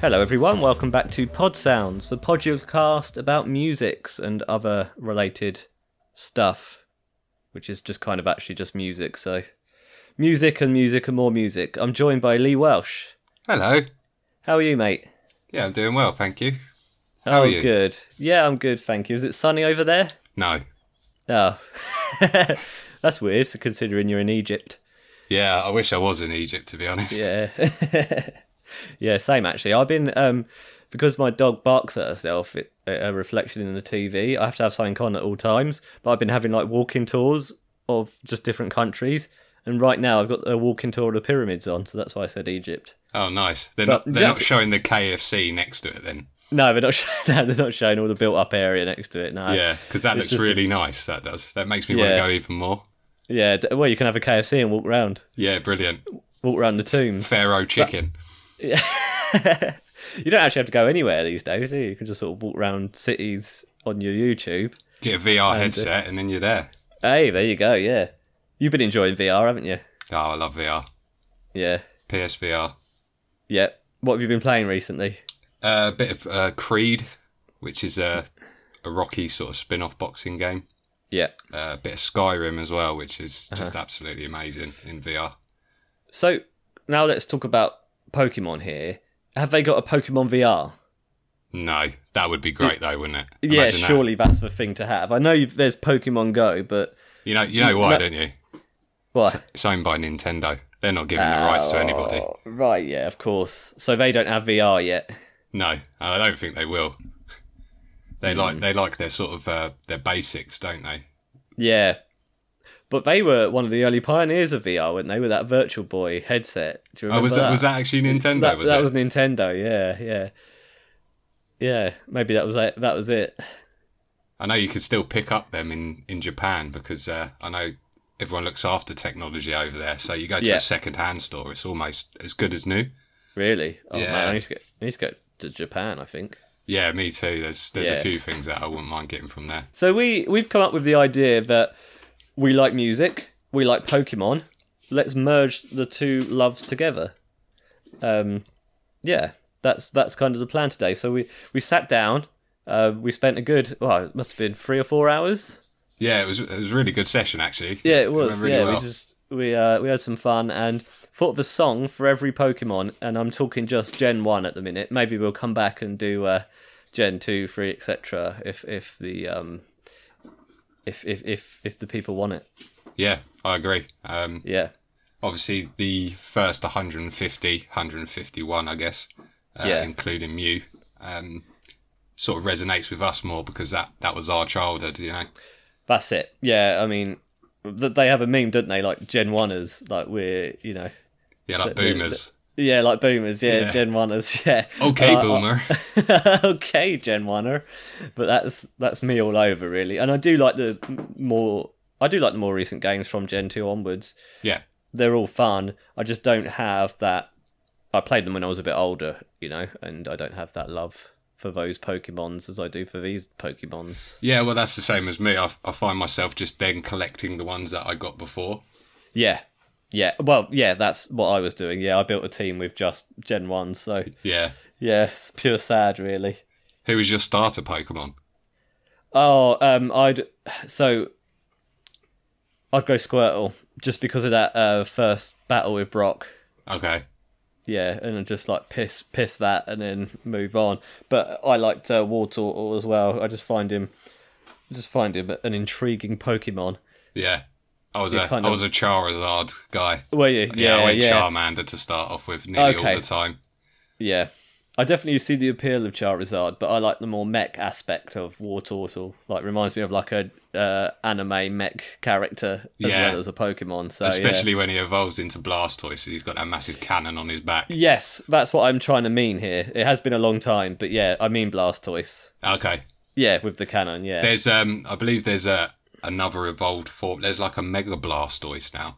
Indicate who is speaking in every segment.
Speaker 1: Hello, everyone. Welcome back to Pod Sounds, the podcast about musics and other related stuff, which is just kind of actually just music. So, music and music and more music. I'm joined by Lee Welsh.
Speaker 2: Hello.
Speaker 1: How are you, mate?
Speaker 2: Yeah, I'm doing well, thank you. How
Speaker 1: oh,
Speaker 2: are you?
Speaker 1: good. Yeah, I'm good, thank you. Is it sunny over there?
Speaker 2: No.
Speaker 1: Oh, that's weird, considering you're in Egypt.
Speaker 2: Yeah, I wish I was in Egypt to be honest.
Speaker 1: Yeah. yeah, same actually. I've been um because my dog barks at herself, it, a reflection in the TV. I have to have something on at all times. But I've been having like walking tours of just different countries, and right now I've got a walking tour of the pyramids on, so that's why I said Egypt.
Speaker 2: Oh, nice. They're
Speaker 1: But
Speaker 2: not they're not
Speaker 1: just-
Speaker 2: showing the KFC next to it then.
Speaker 1: No, they're not. Showing, no, they're not showing all the built-up area next to it. No.
Speaker 2: Yeah, because that
Speaker 1: Uh, it's
Speaker 2: looks
Speaker 1: just-
Speaker 2: really nice. That does. That makes me want
Speaker 1: Yeah.
Speaker 2: to go even more.
Speaker 1: Yeah. d- Well, you can have a KFC and walk round,
Speaker 2: Yeah, brilliant.
Speaker 1: walk round the tombs.
Speaker 2: Pharaoh chicken.
Speaker 1: you don't actually have to go anywhere these days. Do you? you can just sort of walk round cities on your YouTube.
Speaker 2: Get a VR headset and then you're there.
Speaker 1: Hey, there you go. Yeah, you've been enjoying VR, haven't you?
Speaker 2: Oh, I love VR.
Speaker 1: Yeah,
Speaker 2: PSVR.
Speaker 1: yeah. What have you been playing recently?
Speaker 2: Uh, a bit of uh, Creed, which is a a rocky sort of spin-off boxing game.
Speaker 1: Yeah.
Speaker 2: Uh, a bit of Skyrim as well, which is
Speaker 1: Uh-huh.
Speaker 2: just absolutely amazing in VR.
Speaker 1: So now let's talk about Pokemon here. Have they got a Pokemon VR?
Speaker 2: No, that would be great though, wouldn't it?
Speaker 1: yeah,
Speaker 2: Imagine that.
Speaker 1: surely that's the thing to have. I know you've, there's Pokemon Go, but
Speaker 2: You know, you know why,
Speaker 1: No.
Speaker 2: don't you?
Speaker 1: what?
Speaker 2: It's owned by Nintendo. They're not giving the rights to anybody.
Speaker 1: Oh, Right, yeah, of course. So they don't have VR yet.
Speaker 2: No, I don't think they will. They like they like their sort of uh, their basics, don't they?
Speaker 1: Yeah. But they were one of the early pioneers of VR, weren't they, with that Virtual Boy headset? Do you remember
Speaker 2: Oh, was that, was that actually Nintendo?
Speaker 1: that,
Speaker 2: was
Speaker 1: that
Speaker 2: it?
Speaker 1: was Nintendo. Yeah, yeah, yeah. Maybe that was it. That was it.
Speaker 2: I know you could still pick up them in in Japan because uh, I know everyone looks after technology over there. So you go to
Speaker 1: Yeah.
Speaker 2: a second hand store, it's almost as good as new.
Speaker 1: Really? Oh
Speaker 2: Yeah.
Speaker 1: man, I need to go. I need to go to Japan. I think.
Speaker 2: Yeah, me too. There's there's
Speaker 1: Yeah.
Speaker 2: a few things that I wouldn't mind getting from there.
Speaker 1: So we we've come up with the idea that we like music, we like Pokemon. Let's merge the two loves together. Um, yeah, that's that's kind of the plan today. So we we sat down. Uh, we spent a good well, it must have been three or four hours
Speaker 2: Yeah, it was it was a really good session actually.
Speaker 1: Yeah,
Speaker 2: I
Speaker 1: it was.
Speaker 2: remember really
Speaker 1: yeah,
Speaker 2: well.
Speaker 1: we just we uh we had some fun and thought of a song for every Pokemon, and I'm talking just Gen one at the minute. Maybe we'll come back and do uh Gen two, three, etc. If if the um if if if if the people want it,
Speaker 2: yeah, I agree. Um,
Speaker 1: yeah,
Speaker 2: obviously the first 150 151 i guess uh,
Speaker 1: Yeah.
Speaker 2: including mew um, sort of resonates with us more because that that was our childhood you know
Speaker 1: that's it. Yeah, I mean, th- they have a meme, don't they? Like Gen oneers, like we're you know.
Speaker 2: yeah like
Speaker 1: the- the-
Speaker 2: boomers
Speaker 1: Yeah, like boomers. Yeah,
Speaker 2: Yeah.
Speaker 1: Gen oneers. Yeah.
Speaker 2: okay
Speaker 1: Uh, uh,
Speaker 2: boomer
Speaker 1: okay, Gen Oneer, but that's that's me all over really. And I do like the m- more I do like the more recent games from Gen Two onwards.
Speaker 2: yeah
Speaker 1: They're all fun. I just don't have that. I played them when I was a bit older, you know, and I don't have that love for those Pokemons as I do for these Pokemons.
Speaker 2: yeah well that's the same as me I, I find myself just then collecting the ones that i got before
Speaker 1: Yeah. Yeah, well, yeah, that's what I was doing. Yeah, I built a team with just Gen 1, so
Speaker 2: yeah
Speaker 1: yeah, it's pure sad, really.
Speaker 2: who was your starter pokemon
Speaker 1: Oh, um, I'd so I'd go Squirtle just because of that uh, first battle with Brock.
Speaker 2: okay
Speaker 1: Yeah, and I'd just like piss piss that and then move on. But I liked uh, Wartortle as well. I just find him just find him an intriguing Pokemon.
Speaker 2: yeah I was
Speaker 1: You
Speaker 2: a
Speaker 1: kind
Speaker 2: I
Speaker 1: of-
Speaker 2: was a Charizard guy.
Speaker 1: Were you?
Speaker 2: Yeah, I
Speaker 1: yeah,
Speaker 2: went
Speaker 1: yeah.
Speaker 2: Charmander to start off with nearly
Speaker 1: Okay.
Speaker 2: all the time.
Speaker 1: yeah. I definitely see the appeal of Charizard, but I like the more mech aspect of Wartortle. Like reminds me of like a uh, anime mech character as
Speaker 2: Yeah.
Speaker 1: well as a Pokemon. So yeah.
Speaker 2: Especially when he evolves into Blastoise, he's got that massive cannon on his back.
Speaker 1: Yes, that's what I'm trying to mean here. It has been a long time, but yeah, I mean Blastoise.
Speaker 2: Okay.
Speaker 1: Yeah, with the cannon, yeah.
Speaker 2: There's um I believe there's a another evolved form. There's like a Mega Blastoise now.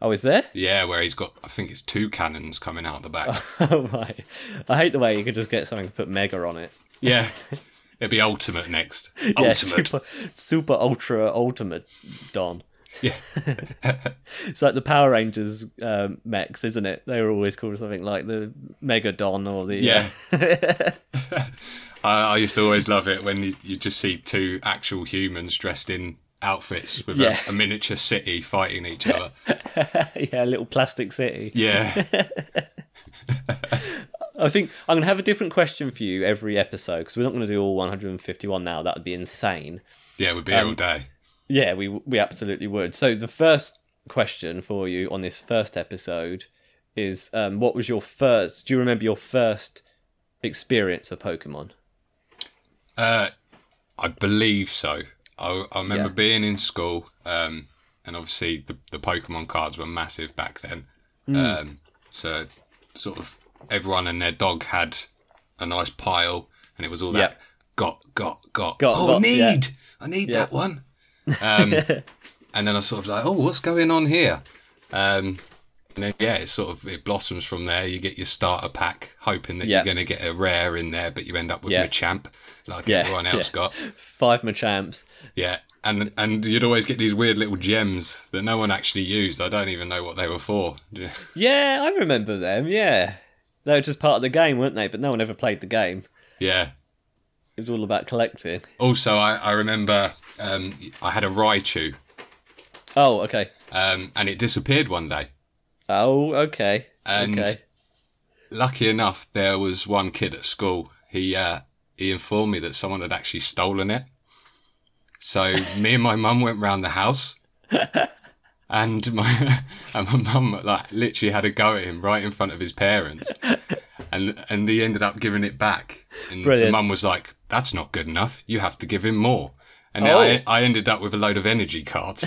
Speaker 1: oh, is there?
Speaker 2: Yeah, where he's got I think it's two cannons coming out the back.
Speaker 1: oh my. I hate the way you could just get something and put Mega on it.
Speaker 2: yeah. It'll be Ultimate next.
Speaker 1: Yeah,
Speaker 2: Ultimate.
Speaker 1: super, super ultra ultimate Don.
Speaker 2: Yeah.
Speaker 1: It's like the Power Rangers um, mechs, isn't it? They were always called something like the Megadon or the
Speaker 2: Yeah. I, I used to always love it when you, you just see two actual humans dressed in outfits with
Speaker 1: Yeah.
Speaker 2: a, a miniature city fighting each other.
Speaker 1: yeah, little plastic city.
Speaker 2: Yeah.
Speaker 1: I think I'm going to have a different question for you every episode because we're not going to do all 151 now. That would be insane.
Speaker 2: Yeah, we'd be
Speaker 1: Um,
Speaker 2: here all day.
Speaker 1: Yeah, we we absolutely would. So the first question for you on this first episode is um, what was your first do you remember your first experience of Pokemon?
Speaker 2: Uh, I believe so. I, I remember
Speaker 1: Yeah.
Speaker 2: being in school, um, and obviously the, the Pokemon cards were massive back then.
Speaker 1: Hmm.
Speaker 2: Um, so, sort of everyone and their dog had a nice pile, and it was all that
Speaker 1: Yeah.
Speaker 2: got, got, got.
Speaker 1: Got,
Speaker 2: oh,
Speaker 1: got,
Speaker 2: need!
Speaker 1: yeah.
Speaker 2: I need
Speaker 1: Yeah.
Speaker 2: that one. Um, and then I sort of like, oh, what's going on here? Um, and then yeah, it sort of it blossoms from there. You get your starter pack, hoping that
Speaker 1: Yeah.
Speaker 2: you're going to get a rare in there, but you end up with
Speaker 1: Yeah.
Speaker 2: your champ, like
Speaker 1: Yeah,
Speaker 2: everyone else
Speaker 1: yeah.
Speaker 2: got.
Speaker 1: Five Machamps.
Speaker 2: Yeah, and and you'd always get these weird little gems that no one actually used. I don't even know what they were for.
Speaker 1: Yeah, I remember them. Yeah. They were just part of the game, weren't they? But no one ever played the game.
Speaker 2: yeah.
Speaker 1: It was all about collecting.
Speaker 2: Also, I I remember um, I had a Raichu,
Speaker 1: Oh, okay.
Speaker 2: um, and it disappeared one day.
Speaker 1: Oh, okay.
Speaker 2: And
Speaker 1: okay.
Speaker 2: Lucky enough, there was one kid at school. He uh, he informed me that someone had actually stolen it. So me and my mum went round the house, and my and my mum like literally had a go at him right in front of his parents, and and he ended up giving it back. And
Speaker 1: Brilliant.
Speaker 2: the mum was like, "That's not good enough. You have to give him more." And
Speaker 1: Oh.
Speaker 2: I, I ended up with a load of energy cards.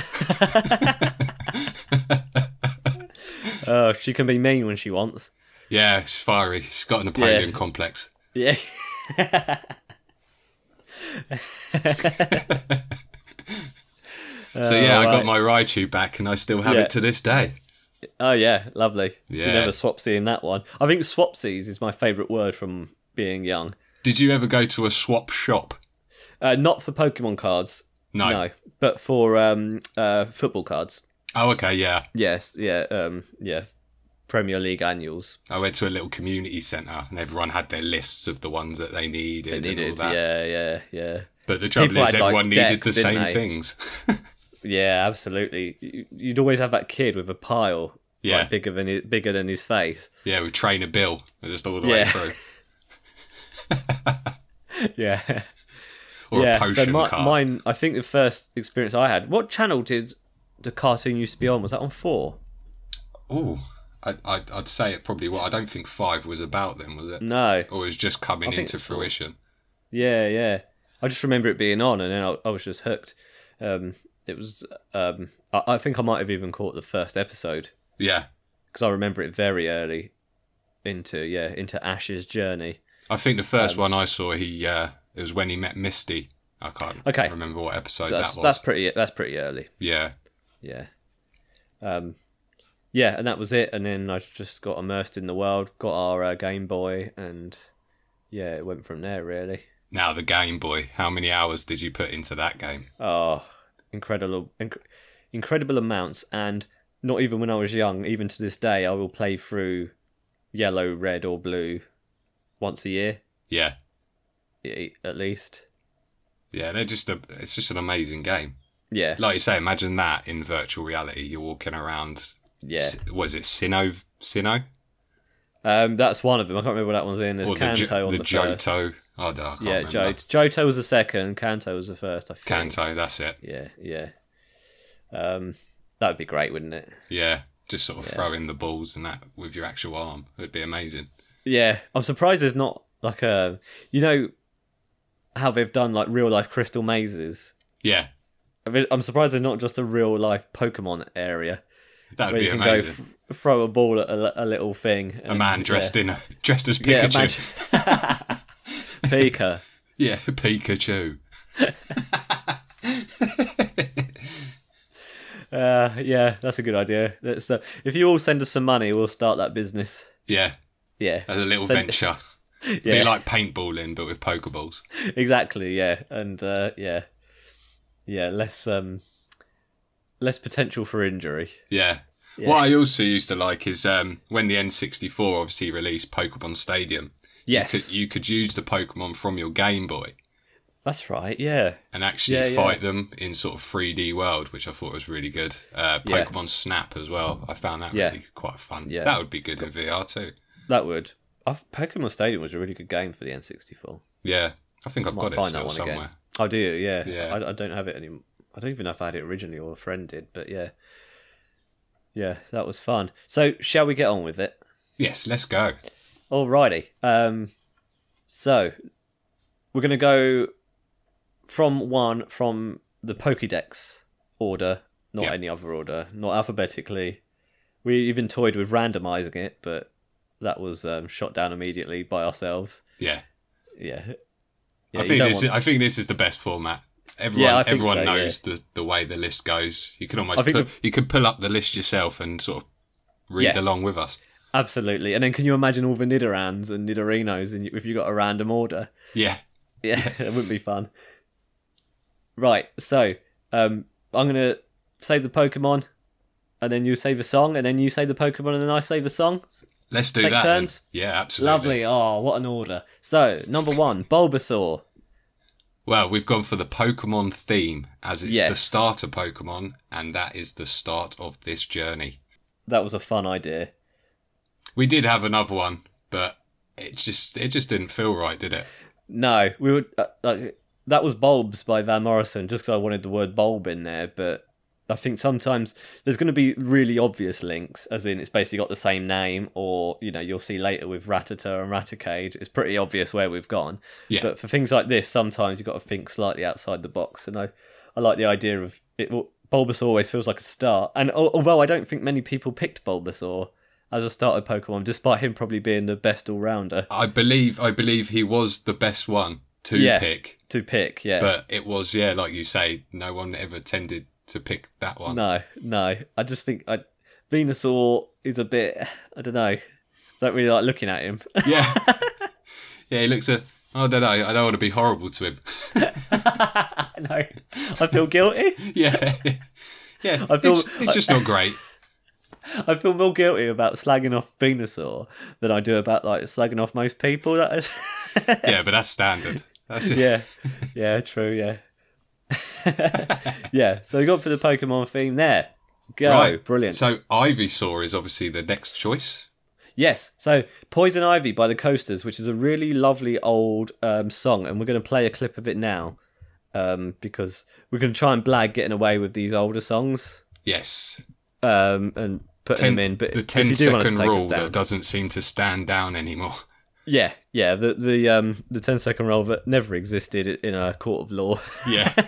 Speaker 1: Oh, she can be mean when she wants.
Speaker 2: yeah, she's fiery. She's got an Napoleon complex.
Speaker 1: Yeah.
Speaker 2: So yeah,
Speaker 1: Oh,
Speaker 2: I
Speaker 1: right.
Speaker 2: got my Raichu back, and I still have
Speaker 1: Yeah.
Speaker 2: it to this day.
Speaker 1: Oh yeah, lovely. Yeah. You
Speaker 2: Yeah.
Speaker 1: never swapsy in that one. I think swapsies is my favourite word from being young.
Speaker 2: Did you ever go to a swap shop?
Speaker 1: Uh, not for Pokemon cards,
Speaker 2: No.
Speaker 1: no, but for um, uh, football cards.
Speaker 2: Oh, okay, yeah.
Speaker 1: Yes, yeah, um, yeah. Premier League annuals
Speaker 2: I went to a little community centre and everyone had their lists of the ones that they needed,
Speaker 1: they needed.
Speaker 2: and all that.
Speaker 1: Yeah, yeah, yeah,
Speaker 2: But the trouble
Speaker 1: People
Speaker 2: is,
Speaker 1: had, like,
Speaker 2: everyone needed
Speaker 1: decks,
Speaker 2: the
Speaker 1: didn't
Speaker 2: same
Speaker 1: they?
Speaker 2: things.
Speaker 1: yeah. Absolutely. You- You'd always have that kid with a pile,
Speaker 2: Yeah.
Speaker 1: like, bigger than his, bigger than his face.
Speaker 2: yeah, with Trainer Bill, just all the way
Speaker 1: Yeah.
Speaker 2: through.
Speaker 1: yeah.
Speaker 2: Or
Speaker 1: yeah,
Speaker 2: a potion
Speaker 1: so my,
Speaker 2: card.
Speaker 1: mine. I think the first experience I had. What channel did the cartoon used to be on? Was that on four?
Speaker 2: Oh, I, I, I'd say it probably was. I don't think five was about them, was it?
Speaker 1: No.
Speaker 2: Or was just coming
Speaker 1: Mm. think
Speaker 2: into
Speaker 1: it's four.
Speaker 2: fruition.
Speaker 1: Yeah, yeah. I just remember it being on, and then I, I was just hooked. Um, it was. Um, I, I think I might have even caught the first episode
Speaker 2: Yeah.
Speaker 1: because I remember it very early into yeah into Ash's journey.
Speaker 2: I think the first
Speaker 1: Um,
Speaker 2: one I saw, he uh, it was when he met Misty. I can't
Speaker 1: Okay.
Speaker 2: remember what episode
Speaker 1: So that's
Speaker 2: that was.
Speaker 1: that's pretty that's pretty early.
Speaker 2: Yeah.
Speaker 1: Yeah. Um, yeah, and that was it. And then I just got immersed in the world, got our uh, Game Boy, and yeah, it went from there really.
Speaker 2: Now the Game Boy. How many hours did you put into that game?
Speaker 1: Oh, incredible, inc- incredible amounts, and not even when I was young, even to this day, I will play through yellow, red, or blue once a year
Speaker 2: Yeah.
Speaker 1: e- at least.
Speaker 2: Yeah, they're just a. It's just an amazing game.
Speaker 1: Yeah,
Speaker 2: Like you say, imagine that in virtual reality. You're walking around.
Speaker 1: yeah.
Speaker 2: Was it Sinnoh? Sinnoh
Speaker 1: Um, that's one of them. I can't remember what that one's in. There's Kanto
Speaker 2: Jo-
Speaker 1: on the, first.
Speaker 2: Johto? Oh, no, I can't
Speaker 1: yeah,
Speaker 2: remember.
Speaker 1: Johto. Johto was the second. Kanto was the first. I think.
Speaker 2: Kanto. That's it.
Speaker 1: Yeah, yeah. Um, that would be great, wouldn't it?
Speaker 2: Yeah, just sort of throwing the balls and that with your actual arm. It'd be amazing.
Speaker 1: Yeah, I'm surprised there's not like a you know how they've done like real life crystal mazes.
Speaker 2: Yeah,
Speaker 1: I mean, I'm surprised there's not just a real life Pokemon area
Speaker 2: that'd
Speaker 1: where
Speaker 2: be
Speaker 1: you can
Speaker 2: amazing.
Speaker 1: go f- throw a ball at a, li- a little thing.
Speaker 2: a man dressed in a, dressed as
Speaker 1: yeah,
Speaker 2: Pikachu.
Speaker 1: imagine- Pika.
Speaker 2: Yeah, Pikachu.
Speaker 1: Uh, yeah, that's a good idea. Let's, uh, if you all send us some money, we'll start that business.
Speaker 2: Yeah,
Speaker 1: Yeah,
Speaker 2: as a little
Speaker 1: Send-
Speaker 2: venture.
Speaker 1: yeah,
Speaker 2: Be like paintballing, but with Pokeballs.
Speaker 1: exactly. Yeah, and uh, yeah, yeah. Let's um, less potential for injury.
Speaker 2: Yeah.
Speaker 1: Yeah.
Speaker 2: What I also used to like is um, when the N64 obviously released Pokemon Stadium,
Speaker 1: Yes,
Speaker 2: could, you could use the Pokemon from your Game Boy
Speaker 1: that's right. Yeah,
Speaker 2: and actually
Speaker 1: Yeah, yeah.
Speaker 2: fight them in sort of 3D world, which I thought was really good. Uh,
Speaker 1: Yeah.
Speaker 2: Pokemon Snap as well. I found that
Speaker 1: Yeah.
Speaker 2: really quite fun.
Speaker 1: Yeah.
Speaker 2: That would be good in VR too.
Speaker 1: that would. I've, Pokemon Stadium was a really good game for the N64.
Speaker 2: Yeah. I think I've
Speaker 1: Might
Speaker 2: got it
Speaker 1: find that
Speaker 2: still
Speaker 1: one
Speaker 2: somewhere.
Speaker 1: again. I Oh, do, yeah.
Speaker 2: Yeah.
Speaker 1: I, I don't have it anymore. I don't even know if I had it originally or a friend did, but yeah, yeah, that was fun. So, shall we get on with it?
Speaker 2: Yes, let's go.
Speaker 1: Alrighty. Um, so we're gonna go from one from the Pokédex order, not
Speaker 2: Yeah.
Speaker 1: any other order, not alphabetically. We even toyed with randomizing it, but that was um, shot down immediately by ourselves.
Speaker 2: Yeah.
Speaker 1: Yeah.
Speaker 2: I
Speaker 1: you
Speaker 2: think
Speaker 1: don't
Speaker 2: this
Speaker 1: want-
Speaker 2: is, I think this is the best format. Everyone
Speaker 1: Yeah, I think
Speaker 2: everyone
Speaker 1: so, yeah.
Speaker 2: knows the, the way the list goes. You can
Speaker 1: I
Speaker 2: almost
Speaker 1: think
Speaker 2: put, you could pull up the list yourself and sort of read
Speaker 1: Yeah.
Speaker 2: along with us.
Speaker 1: Absolutely. And then can you imagine all the Nidorans and Nidorinos and if you got a random order?
Speaker 2: Yeah.
Speaker 1: Yeah, it wouldn't be fun. Right, so um, I'm gonna say the Pokemon, and then you say the song, and then you say the Pokemon, and then I say the song.
Speaker 2: Let's do
Speaker 1: Take
Speaker 2: that. then.
Speaker 1: turns.
Speaker 2: Yeah, absolutely.
Speaker 1: Lovely. Oh, what an order. So number one, Bulbasaur.
Speaker 2: Well, we've gone for the Pokemon theme as it's the
Speaker 1: Yes.
Speaker 2: starter Pokemon, and that is the start of this journey.
Speaker 1: That was a fun idea.
Speaker 2: We did have another one, but it just it just didn't feel right, did it?
Speaker 1: No, we would uh, like that was bulbs by Van Morrison just because I wanted the word bulb in there, but I think sometimes there's going to be really obvious links, as in it's basically got the same name, or you know you'll see later with Ratata and Raticade, it's pretty obvious where we've gone.
Speaker 2: Yeah.
Speaker 1: But for things like this, sometimes you've got to think slightly outside the box, and I I like the idea of it. well, Bulbasaur always feels like a start, and al- although I don't think many people picked Bulbasaur as a starter Pokemon, despite him probably being the best all rounder
Speaker 2: I believe I believe he was the best one to
Speaker 1: Yeah.
Speaker 2: pick,
Speaker 1: to pick, yeah.
Speaker 2: but it was yeah, like you say, no one ever tended to pick that one.
Speaker 1: No, no. I just think I, Venusaur is a bit. I don't know. Don't really like looking at him.
Speaker 2: Yeah, yeah, he looks a. oh, I don't know. I don't want to be horrible to him.
Speaker 1: no, I feel guilty.
Speaker 2: yeah, yeah.
Speaker 1: I feel-
Speaker 2: it's, it's just not great.
Speaker 1: I feel more guilty about slagging off Venusaur than I do about like slagging off most people. That is.
Speaker 2: Yeah, but that's standard. That's it.
Speaker 1: yeah, yeah, true, yeah, yeah. So we got for the Pokemon theme there. Go,
Speaker 2: Right.
Speaker 1: brilliant.
Speaker 2: So Ivysaur is obviously the next choice.
Speaker 1: Yes, so Poison Ivy by the Coasters, which is a really lovely old um, song, and we're going to play a clip of it now um, because we're going to try and blag getting away with these older songs
Speaker 2: Yes.
Speaker 1: um, and putting
Speaker 2: Ten-
Speaker 1: them in. But
Speaker 2: the
Speaker 1: if you do
Speaker 2: 10
Speaker 1: want us to
Speaker 2: second
Speaker 1: take
Speaker 2: rule
Speaker 1: us down,
Speaker 2: that doesn't seem to stand down anymore.
Speaker 1: yeah, yeah, the the um, the ten second rule that never existed in a court of law.
Speaker 2: Yeah.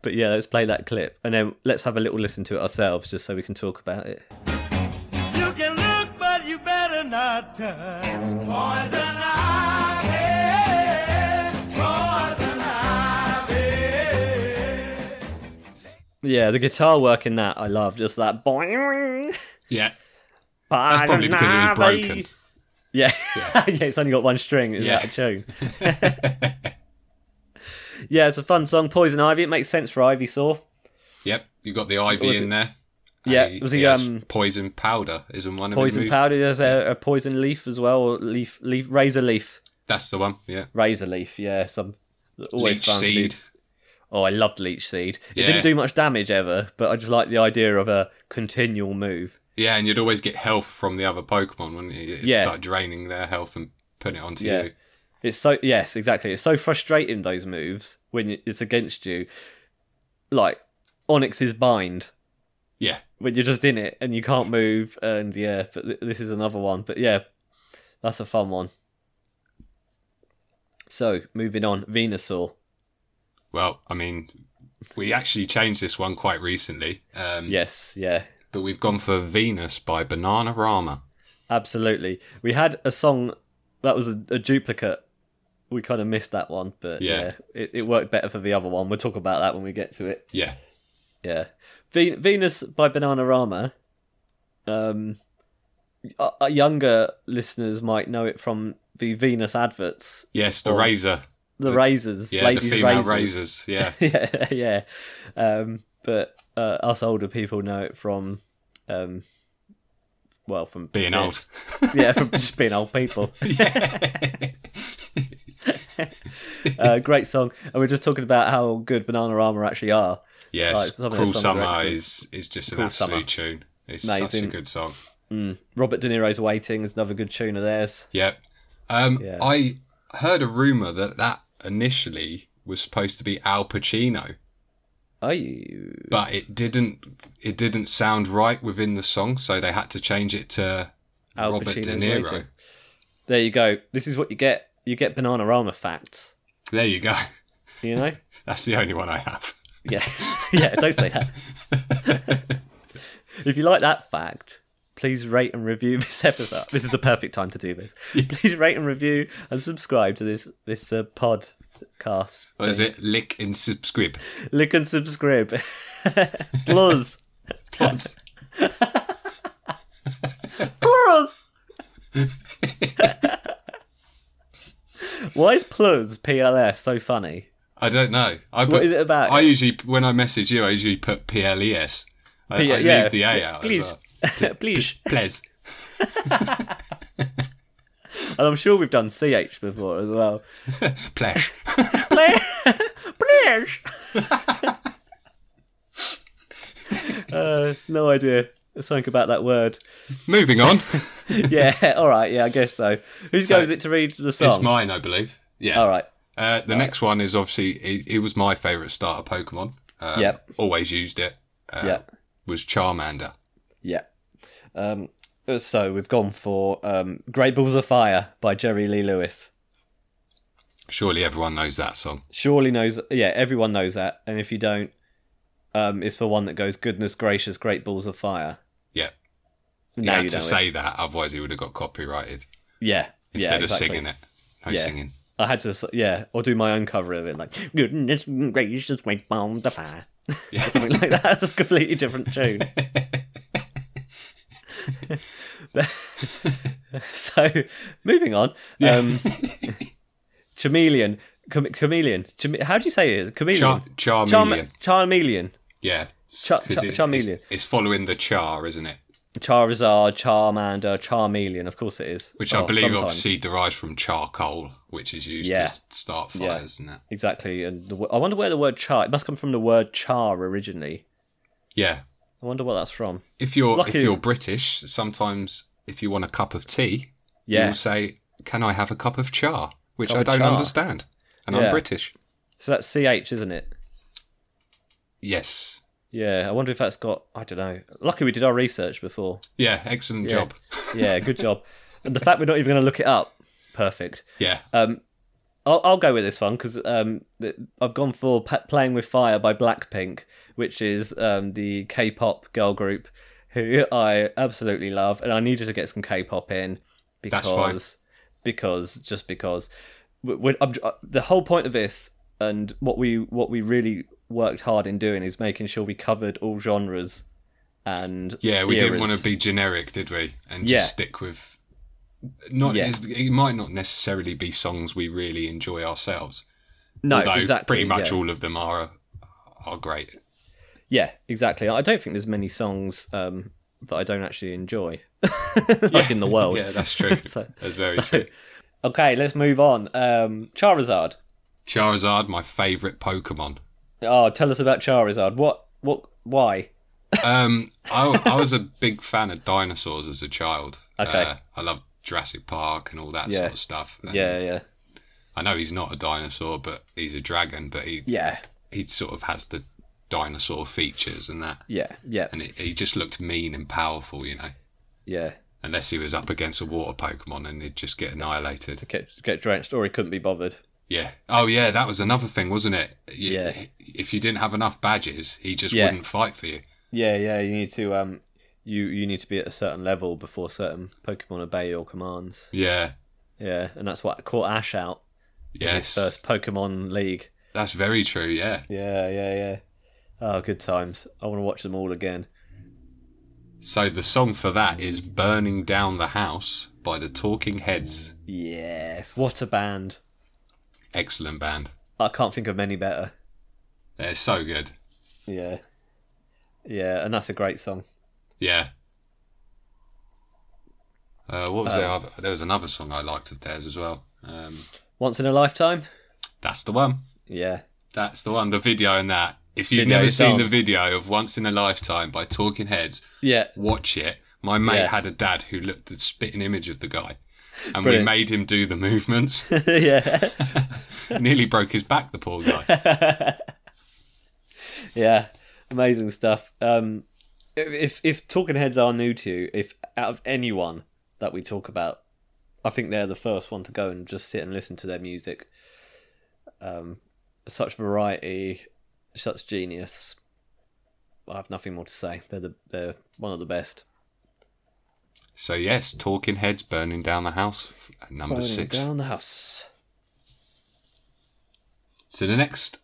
Speaker 1: but yeah, let's play that clip, and then let's have a little listen to it ourselves, just so we can talk about it.
Speaker 3: You can look, but you better not touch. Poison ivy, poison ivy.
Speaker 1: Yeah, the guitar work in that I love, just that boing.
Speaker 2: yeah. That's probably because it was broken.
Speaker 1: Yeah. Yeah. it's only got one string. It's
Speaker 2: Yeah.
Speaker 1: out of tune. yeah, it's a fun song, Poison Ivy. It makes sense for Ivy Saw.
Speaker 2: Yep. You got the
Speaker 1: Was
Speaker 2: ivy in
Speaker 1: it-
Speaker 2: there.
Speaker 1: Yeah,
Speaker 2: And
Speaker 1: was he,
Speaker 2: has
Speaker 1: um,
Speaker 2: poison powder is in one of his
Speaker 1: Poison
Speaker 2: moves.
Speaker 1: powder, there's a, a poison leaf as well, or leaf leaf razor leaf.
Speaker 2: That's the one. Yeah.
Speaker 1: Razor leaf, yeah. Some always
Speaker 2: Leech
Speaker 1: fun to do.
Speaker 2: seed.
Speaker 1: Oh, I loved leech seed. It
Speaker 2: Yeah.
Speaker 1: didn't do much damage ever, but I just like the idea of a continual move.
Speaker 2: Yeah, and you'd always get health from the other Pokemon, wouldn't you? It'd
Speaker 1: Yeah.
Speaker 2: start draining their health and putting it onto
Speaker 1: Yeah.
Speaker 2: you.
Speaker 1: It's so yes, exactly. It's so frustrating those moves when it's against you. Like Onyx's bind,
Speaker 2: Yeah.
Speaker 1: when you're just in it and you can't move and yeah but th- this is another one but yeah that's a fun one so moving on venusaur
Speaker 2: Well, I mean, we actually changed this one quite recently. Um,
Speaker 1: yes yeah
Speaker 2: But we've gone for Venus by Banana Rama.
Speaker 1: absolutely we had a song that was a, a duplicate we kind of missed that one but yeah,
Speaker 2: Yeah.
Speaker 1: it, it worked better for the other one we'll talk about that when we get to it
Speaker 2: Yeah.
Speaker 1: yeah Ve- venus by banana rama um uh, uh, younger listeners might know it from the venus adverts
Speaker 2: Yes, the
Speaker 1: Or-
Speaker 2: razor.
Speaker 1: the razors
Speaker 2: Yeah,
Speaker 1: ladies
Speaker 2: the female
Speaker 1: razors.
Speaker 2: razors. Yeah.
Speaker 1: yeah, yeah. Um, but uh, us older people know it from, um, well, from
Speaker 2: Being old.
Speaker 1: yeah, from just being old people.
Speaker 2: yeah.
Speaker 1: Uh, great song, and we're just talking about how good Banana Rama actually are. Like,
Speaker 2: Yes.
Speaker 1: some of their
Speaker 2: Cruel
Speaker 1: songs are
Speaker 2: Summer
Speaker 1: excellent.
Speaker 2: is, is just an
Speaker 1: Cruel
Speaker 2: absolute
Speaker 1: Summer.
Speaker 2: tune. It's such a
Speaker 1: Amazing.
Speaker 2: good song.
Speaker 1: Robert De Niro's Waiting is another good tune of theirs.
Speaker 2: Yep. Um,
Speaker 1: Yeah.
Speaker 2: I heard a rumor that that initially was supposed to be Al Pacino,
Speaker 1: Are you?
Speaker 2: but it didn't. It didn't sound right within the song, so they had to change it to
Speaker 1: Al
Speaker 2: Robert De
Speaker 1: Pacino's
Speaker 2: Niro.
Speaker 1: Waiting. There you go. This is what you get. You get Banana Rama facts.
Speaker 2: There you go.
Speaker 1: You know?
Speaker 2: That's the only one I have.
Speaker 1: Yeah, yeah. Don't say that. if you like that fact, please rate and review this episode. This is a perfect time to do this. Please rate and review and subscribe to this this uh, podcast.
Speaker 2: What is it? Lick and subscribe.
Speaker 1: Click and subscribe. Plus,
Speaker 2: Plods.
Speaker 1: plus. Why is plus PLS so funny?
Speaker 2: I don't know. I put,
Speaker 1: What is it about?
Speaker 2: I usually, when I message you, I usually put PLES. I, I
Speaker 1: E yeah,
Speaker 2: leave Oh, the A out.
Speaker 1: please.
Speaker 2: As well.
Speaker 1: please.
Speaker 2: Ples.
Speaker 1: And I'm sure we've done CH before as well.
Speaker 2: Plesh.
Speaker 1: Please. uh, no idea. There's something about that word.
Speaker 2: Moving on.
Speaker 1: Yeah, all right. Yeah, I guess so. Who's
Speaker 2: So,
Speaker 1: goes it to read the song?
Speaker 2: It's mine, I believe. Yeah.
Speaker 1: all right.
Speaker 2: Uh, the next one is obviously it, it was my favorite starter Pokemon. Uh,
Speaker 1: Yep.
Speaker 2: Always used it. Uh,
Speaker 1: Yeah.
Speaker 2: Was Charmander.
Speaker 1: Yeah. Um, so we've gone for um, Great Balls of Fire by Jerry Lee Lewis.
Speaker 2: Surely everyone knows that song.
Speaker 1: Surely knows. Yeah, everyone knows that. And if you don't, um, it's the one that goes, Goodness gracious, Great Balls of Fire.
Speaker 2: Yeah. He
Speaker 1: Now
Speaker 2: had
Speaker 1: you
Speaker 2: to
Speaker 1: know it.
Speaker 2: say that, otherwise he would have got copyrighted
Speaker 1: yeah.
Speaker 2: instead
Speaker 1: yeah,
Speaker 2: of
Speaker 1: exactly.
Speaker 2: singing it. No
Speaker 1: Yeah.
Speaker 2: singing.
Speaker 1: I had to, s- yeah, or do my own cover of it, like mm, "Goodness gracious, wait on the fire,"
Speaker 2: Yeah.
Speaker 1: something like that. That's a completely different tune. so, moving on. Um, chameleon, chame- chameleon. Chame- how do you say it? Chameleon.
Speaker 2: Char- Charmeleon.
Speaker 1: Charm- Charmeleon.
Speaker 2: yeah. S-
Speaker 1: Char-
Speaker 2: 'cause
Speaker 1: char-
Speaker 2: it-
Speaker 1: Charmeleon.
Speaker 2: It's, it's following the char, isn't it?
Speaker 1: Charizard, Charmander, Charmeleon. Of course it is.
Speaker 2: Which I
Speaker 1: Oh,
Speaker 2: believe
Speaker 1: sometimes.
Speaker 2: obviously derives from charcoal, which is used
Speaker 1: Yeah.
Speaker 2: to s- start
Speaker 1: Yeah.
Speaker 2: fires and that.
Speaker 1: Exactly, and the, wo- I wonder where the word char. It must come from the word char originally.
Speaker 2: Yeah.
Speaker 1: I wonder what that's from.
Speaker 2: If you're
Speaker 1: Lucky-
Speaker 2: if you're British, sometimes if you want a cup of tea,
Speaker 1: Yeah.
Speaker 2: you'll say, "Can I have a cup of char?" Which
Speaker 1: Cup
Speaker 2: I
Speaker 1: of
Speaker 2: don't
Speaker 1: char.
Speaker 2: understand, and
Speaker 1: Yeah.
Speaker 2: I'm British.
Speaker 1: So that's CH, isn't it?
Speaker 2: Yes,
Speaker 1: Yeah, I wonder if that's got. I don't know. Lucky we did our research before.
Speaker 2: yeah, excellent
Speaker 1: Yeah.
Speaker 2: job.
Speaker 1: Yeah, good job. And the fact we're not even going to look it up, perfect.
Speaker 2: Yeah,
Speaker 1: Um, I'll, I'll go with this one because um, th- I've gone for pa- "Playing with Fire" by Blackpink, which is um, the K-pop girl group who I absolutely love, and I needed to get some K-pop in because
Speaker 2: That's fine.
Speaker 1: because just because W- when, I'm, j- uh, the whole point of this and what we what we really worked hard in doing is making sure we covered all genres and
Speaker 2: yeah, we didn't want
Speaker 1: eras.
Speaker 2: to be generic, did we? And
Speaker 1: Yeah.
Speaker 2: just stick with not.
Speaker 1: Yeah.
Speaker 2: it's- It might not necessarily be songs we really enjoy ourselves.
Speaker 1: no
Speaker 2: Although
Speaker 1: exactly
Speaker 2: pretty much
Speaker 1: yeah.
Speaker 2: all of them are are great.
Speaker 1: Yeah, exactly. I don't think there's many songs um, that I don't actually enjoy, like in the world.
Speaker 2: yeah, that's true.
Speaker 1: So-
Speaker 2: that's very
Speaker 1: so-
Speaker 2: true.
Speaker 1: Okay, let's move on. Um, Charizard.
Speaker 2: Charizard, my favorite Pokemon.
Speaker 1: Oh, tell us about Charizard. What? What? Why?
Speaker 2: Um, I, I was a big fan of dinosaurs as a child.
Speaker 1: Okay.
Speaker 2: Uh, I loved Jurassic Park and all that
Speaker 1: Yeah.
Speaker 2: sort of stuff. And
Speaker 1: Yeah, yeah,
Speaker 2: I know he's not a dinosaur, but he's a dragon. But he
Speaker 1: yeah,
Speaker 2: he sort of has the dinosaur features and that,
Speaker 1: yeah, yeah,
Speaker 2: and it, he just looked mean and powerful, you know.
Speaker 1: yeah.
Speaker 2: Unless he was up against a water Pokemon and he'd just get annihilated.
Speaker 1: Get get drenched, or he couldn't be bothered.
Speaker 2: Yeah. Oh yeah, that was another thing, wasn't it? Y-
Speaker 1: Yeah.
Speaker 2: If you didn't have enough badges, he just
Speaker 1: Yeah.
Speaker 2: wouldn't fight for you.
Speaker 1: Yeah, yeah. You need to um, you you need to be at a certain level before certain Pokemon obey your commands.
Speaker 2: Yeah.
Speaker 1: Yeah, and that's what caught Ash out in his
Speaker 2: Yes.
Speaker 1: first Pokemon League.
Speaker 2: That's very true. Yeah.
Speaker 1: Yeah, yeah, yeah. Oh, good times. I want to watch them all again.
Speaker 2: So the song for that is "Burning Down the House" by the Talking Heads.
Speaker 1: Yes, what a band.
Speaker 2: Excellent band.
Speaker 1: I can't think of many better.
Speaker 2: They're so good.
Speaker 1: Yeah. Yeah, and that's a great song.
Speaker 2: Yeah. Uh, what was the other? There was another song I liked of theirs as well. Um,
Speaker 1: Once in a lifetime.
Speaker 2: that's the one.
Speaker 1: Yeah.
Speaker 2: That's the one. The video in that. If you've
Speaker 1: Video
Speaker 2: never seen the
Speaker 1: dance.
Speaker 2: video of Once in a Lifetime by Talking Heads,
Speaker 1: Yeah.
Speaker 2: watch it. My mate
Speaker 1: Yeah.
Speaker 2: had a dad who looked the spitting image of the guy, and
Speaker 1: Brilliant.
Speaker 2: we made him do the movements.
Speaker 1: yeah.
Speaker 2: Nearly broke his back, the poor guy.
Speaker 1: Yeah. Amazing stuff. Um if if Talking Heads are new to you, if out of anyone that we talk about, I think they're the first one to go and just sit and listen to their music. Um such variety, such genius. I have nothing more to say. They're the they're one of the best.
Speaker 2: so yes, Talking Heads burning down the house at number
Speaker 1: Burning
Speaker 2: six.
Speaker 1: Down the house.
Speaker 2: So the next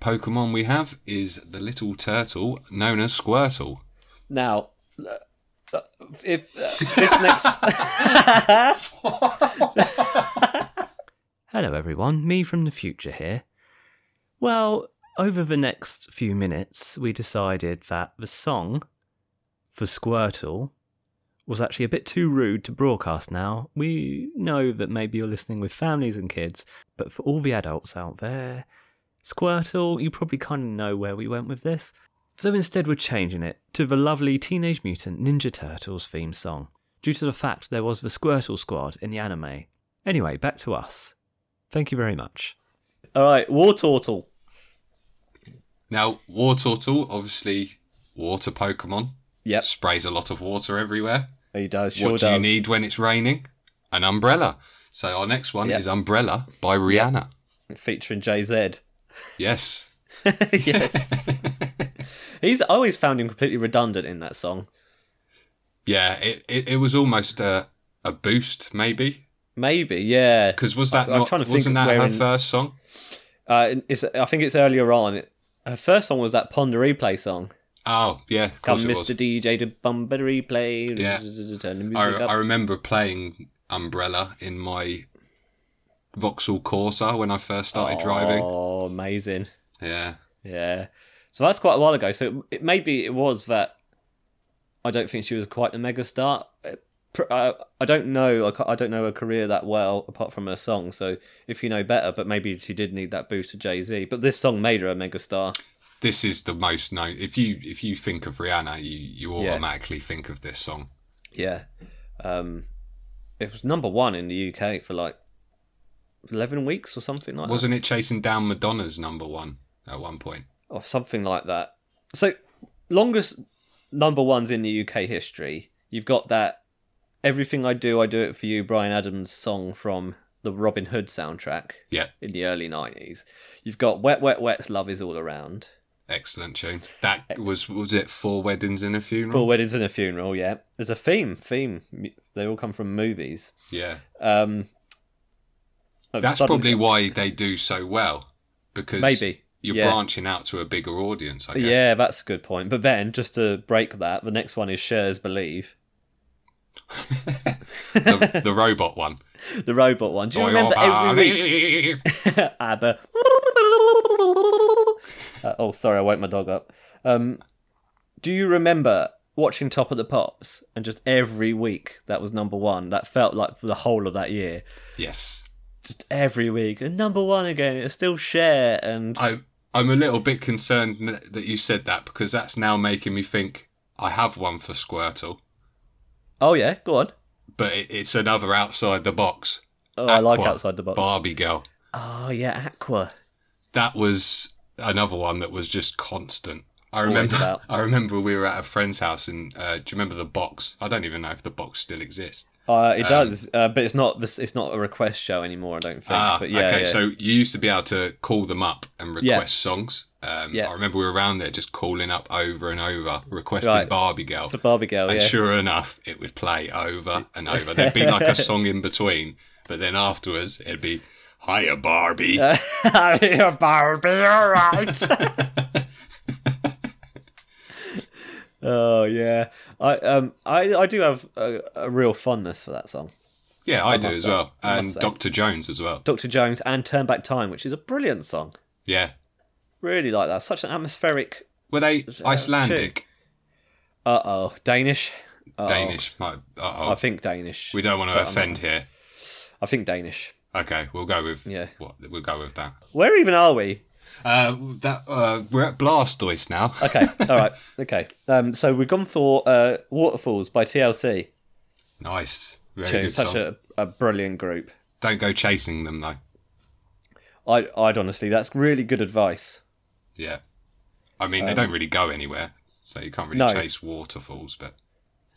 Speaker 2: Pokemon we have is the little turtle known as Squirtle.
Speaker 1: Now, uh, uh, if uh, this next
Speaker 4: Hello, everyone. Me from the future here. Well, over the next few minutes, we decided that the song for Squirtle was actually a bit too rude to broadcast now. We know that maybe you're listening with families and kids, but for all the adults out there, Squirtle, you probably kind of know where we went with this. So instead, we're changing it to the lovely Teenage Mutant Ninja Turtles theme song, due to the fact there was the Squirtle Squad in the anime. Anyway, back to us. Thank you very much.
Speaker 1: all right, War Turtle.
Speaker 2: Now, War Turtle, obviously water Pokemon,
Speaker 1: Yep,
Speaker 2: sprays a lot of water everywhere.
Speaker 1: he does. Sure
Speaker 2: what do
Speaker 1: does.
Speaker 2: you need when it's raining? An umbrella. So our next one
Speaker 1: Yeah.
Speaker 2: is Umbrella by Rihanna.
Speaker 1: Featuring Jay Z.
Speaker 2: Yes.
Speaker 1: yes, he's. I always found him completely redundant in that song.
Speaker 2: Yeah, it, it, it was almost a, a boost, maybe.
Speaker 1: Maybe, yeah.
Speaker 2: Because was that
Speaker 1: I- I'm
Speaker 2: not,
Speaker 1: trying to think
Speaker 2: wasn't
Speaker 1: of
Speaker 2: that
Speaker 1: where
Speaker 2: her
Speaker 1: in-
Speaker 2: first song?
Speaker 1: Uh, it's. I think it's earlier on. Her first song was that Ponder Replay song.
Speaker 2: Oh, yeah, of
Speaker 1: Come,
Speaker 2: course it
Speaker 1: Mr.
Speaker 2: was.
Speaker 1: DJ, to Bumba Replay.
Speaker 2: Yeah.
Speaker 1: Turn the music
Speaker 2: I,
Speaker 1: up.
Speaker 2: I remember playing Umbrella in my Vauxhall Corsa when I first started driving.
Speaker 1: Oh, amazing.
Speaker 2: Yeah.
Speaker 1: Yeah. So that's quite a while ago. So it, maybe it was that I don't think she was quite a megastar. Uh, pr- I, I don't know. I, ca- I don't know her career that well apart from her song. So if you know better, but maybe she did need that boost of Jay Z. But this song made her a megastar.
Speaker 2: This is the most known. If you if you think of Rihanna, you, you
Speaker 1: Yeah.
Speaker 2: automatically think of this song.
Speaker 1: Yeah. Um, it was number one in the UK for like eleven weeks or something like
Speaker 2: Wasn't it chasing down Madonna's number one at one point?
Speaker 1: that, or something like that. So longest number ones in the UK history. You've got that Everything I Do, I Do It For You, Brian Adams song from the Robin Hood soundtrack
Speaker 2: Yeah,
Speaker 1: in the early 90s. You've got Wet, Wet, Wet's Love Is All Around.
Speaker 2: excellent tune. That was was it four weddings and a funeral.
Speaker 1: Eh. Four Weddings and a Funeral, yeah. There's a theme, theme. They all come from movies.
Speaker 2: Yeah,
Speaker 1: Um, I've
Speaker 2: that's
Speaker 1: suddenly-
Speaker 2: probably why they do so well because
Speaker 1: Maybe,
Speaker 2: you're
Speaker 1: yeah.
Speaker 2: branching out to a bigger audience. I guess.
Speaker 1: Yeah, that's a good point. But then, just to break that, the next one is Shares Believe,
Speaker 2: the, the robot one.
Speaker 1: the robot one. Do you
Speaker 2: Boy,
Speaker 1: remember
Speaker 2: oh,
Speaker 1: every week?
Speaker 2: believe.
Speaker 1: ABBA. Ah, Uh, oh, sorry, I woke my dog up. Um, do you remember watching Top of the Pops and just every week that was number one? That felt like for the whole of that year.
Speaker 2: Yes,
Speaker 1: Just every week. And number one again, it's still Share and.
Speaker 2: I I'm a little bit concerned n- that you said that because that's now making me think I have one for Squirtle,
Speaker 1: Oh, yeah, go on.
Speaker 2: but it, it's another outside the box.
Speaker 1: Oh, I like
Speaker 2: Aqua,
Speaker 1: Outside the Box.
Speaker 2: Barbie girl.
Speaker 1: Oh, yeah, Aqua.
Speaker 2: that was another one that was just constant. I
Speaker 1: Always
Speaker 2: remember.
Speaker 1: about.
Speaker 2: I remember we were at a friend's house, and uh, do you remember the box? I don't even know if the box still exists.
Speaker 1: Uh, it
Speaker 2: Um,
Speaker 1: does, uh, but it's not this. It's not a request show anymore. I don't think.
Speaker 2: Ah,
Speaker 1: but yeah,
Speaker 2: okay.
Speaker 1: yeah.
Speaker 2: So you used to be able to call them up and request
Speaker 1: Yeah.
Speaker 2: songs. Um,
Speaker 1: Yeah.
Speaker 2: I remember we were around there just calling up over and over, requesting
Speaker 1: Right.
Speaker 2: Barbie Girl.
Speaker 1: for Barbie Girl,
Speaker 2: and
Speaker 1: yeah,
Speaker 2: sure enough, it would play over and over. There'd be like a song in between, but then afterwards it'd be "Hiya Barbie."
Speaker 1: Uh, I mean, a Barbie, all right. oh yeah, I um, I I do have a, a real fondness for that song,
Speaker 2: yeah, I, do
Speaker 1: must
Speaker 2: as
Speaker 1: say.
Speaker 2: well,
Speaker 1: I must
Speaker 2: and
Speaker 1: say.
Speaker 2: Doctor Jones as well.
Speaker 1: Doctor Jones and Turn Back Time, which is a brilliant song.
Speaker 2: Yeah,
Speaker 1: Really like that. Such an atmospheric.
Speaker 2: Were they
Speaker 1: uh,
Speaker 2: Icelandic?
Speaker 1: Uh oh, Danish. Uh-oh.
Speaker 2: Danish. Might, uh-oh.
Speaker 1: I think Danish.
Speaker 2: we don't want to offend here.
Speaker 1: I think Danish.
Speaker 2: Okay, we'll go with
Speaker 1: Yeah.
Speaker 2: What we'll go with that.
Speaker 1: Where even are we?
Speaker 2: Uh, that uh, we're at Blastoise now.
Speaker 1: Okay, all right, okay. Um, so we've gone for uh, Waterfalls by TLC.
Speaker 2: nice, very
Speaker 1: Too,
Speaker 2: good
Speaker 1: such
Speaker 2: song.
Speaker 1: a, a brilliant group.
Speaker 2: Don't go chasing them though.
Speaker 1: I, I'd honestly, that's really good advice.
Speaker 2: Yeah, I mean they don't really go anywhere, so you can't really
Speaker 1: Um, No.
Speaker 2: chase waterfalls. But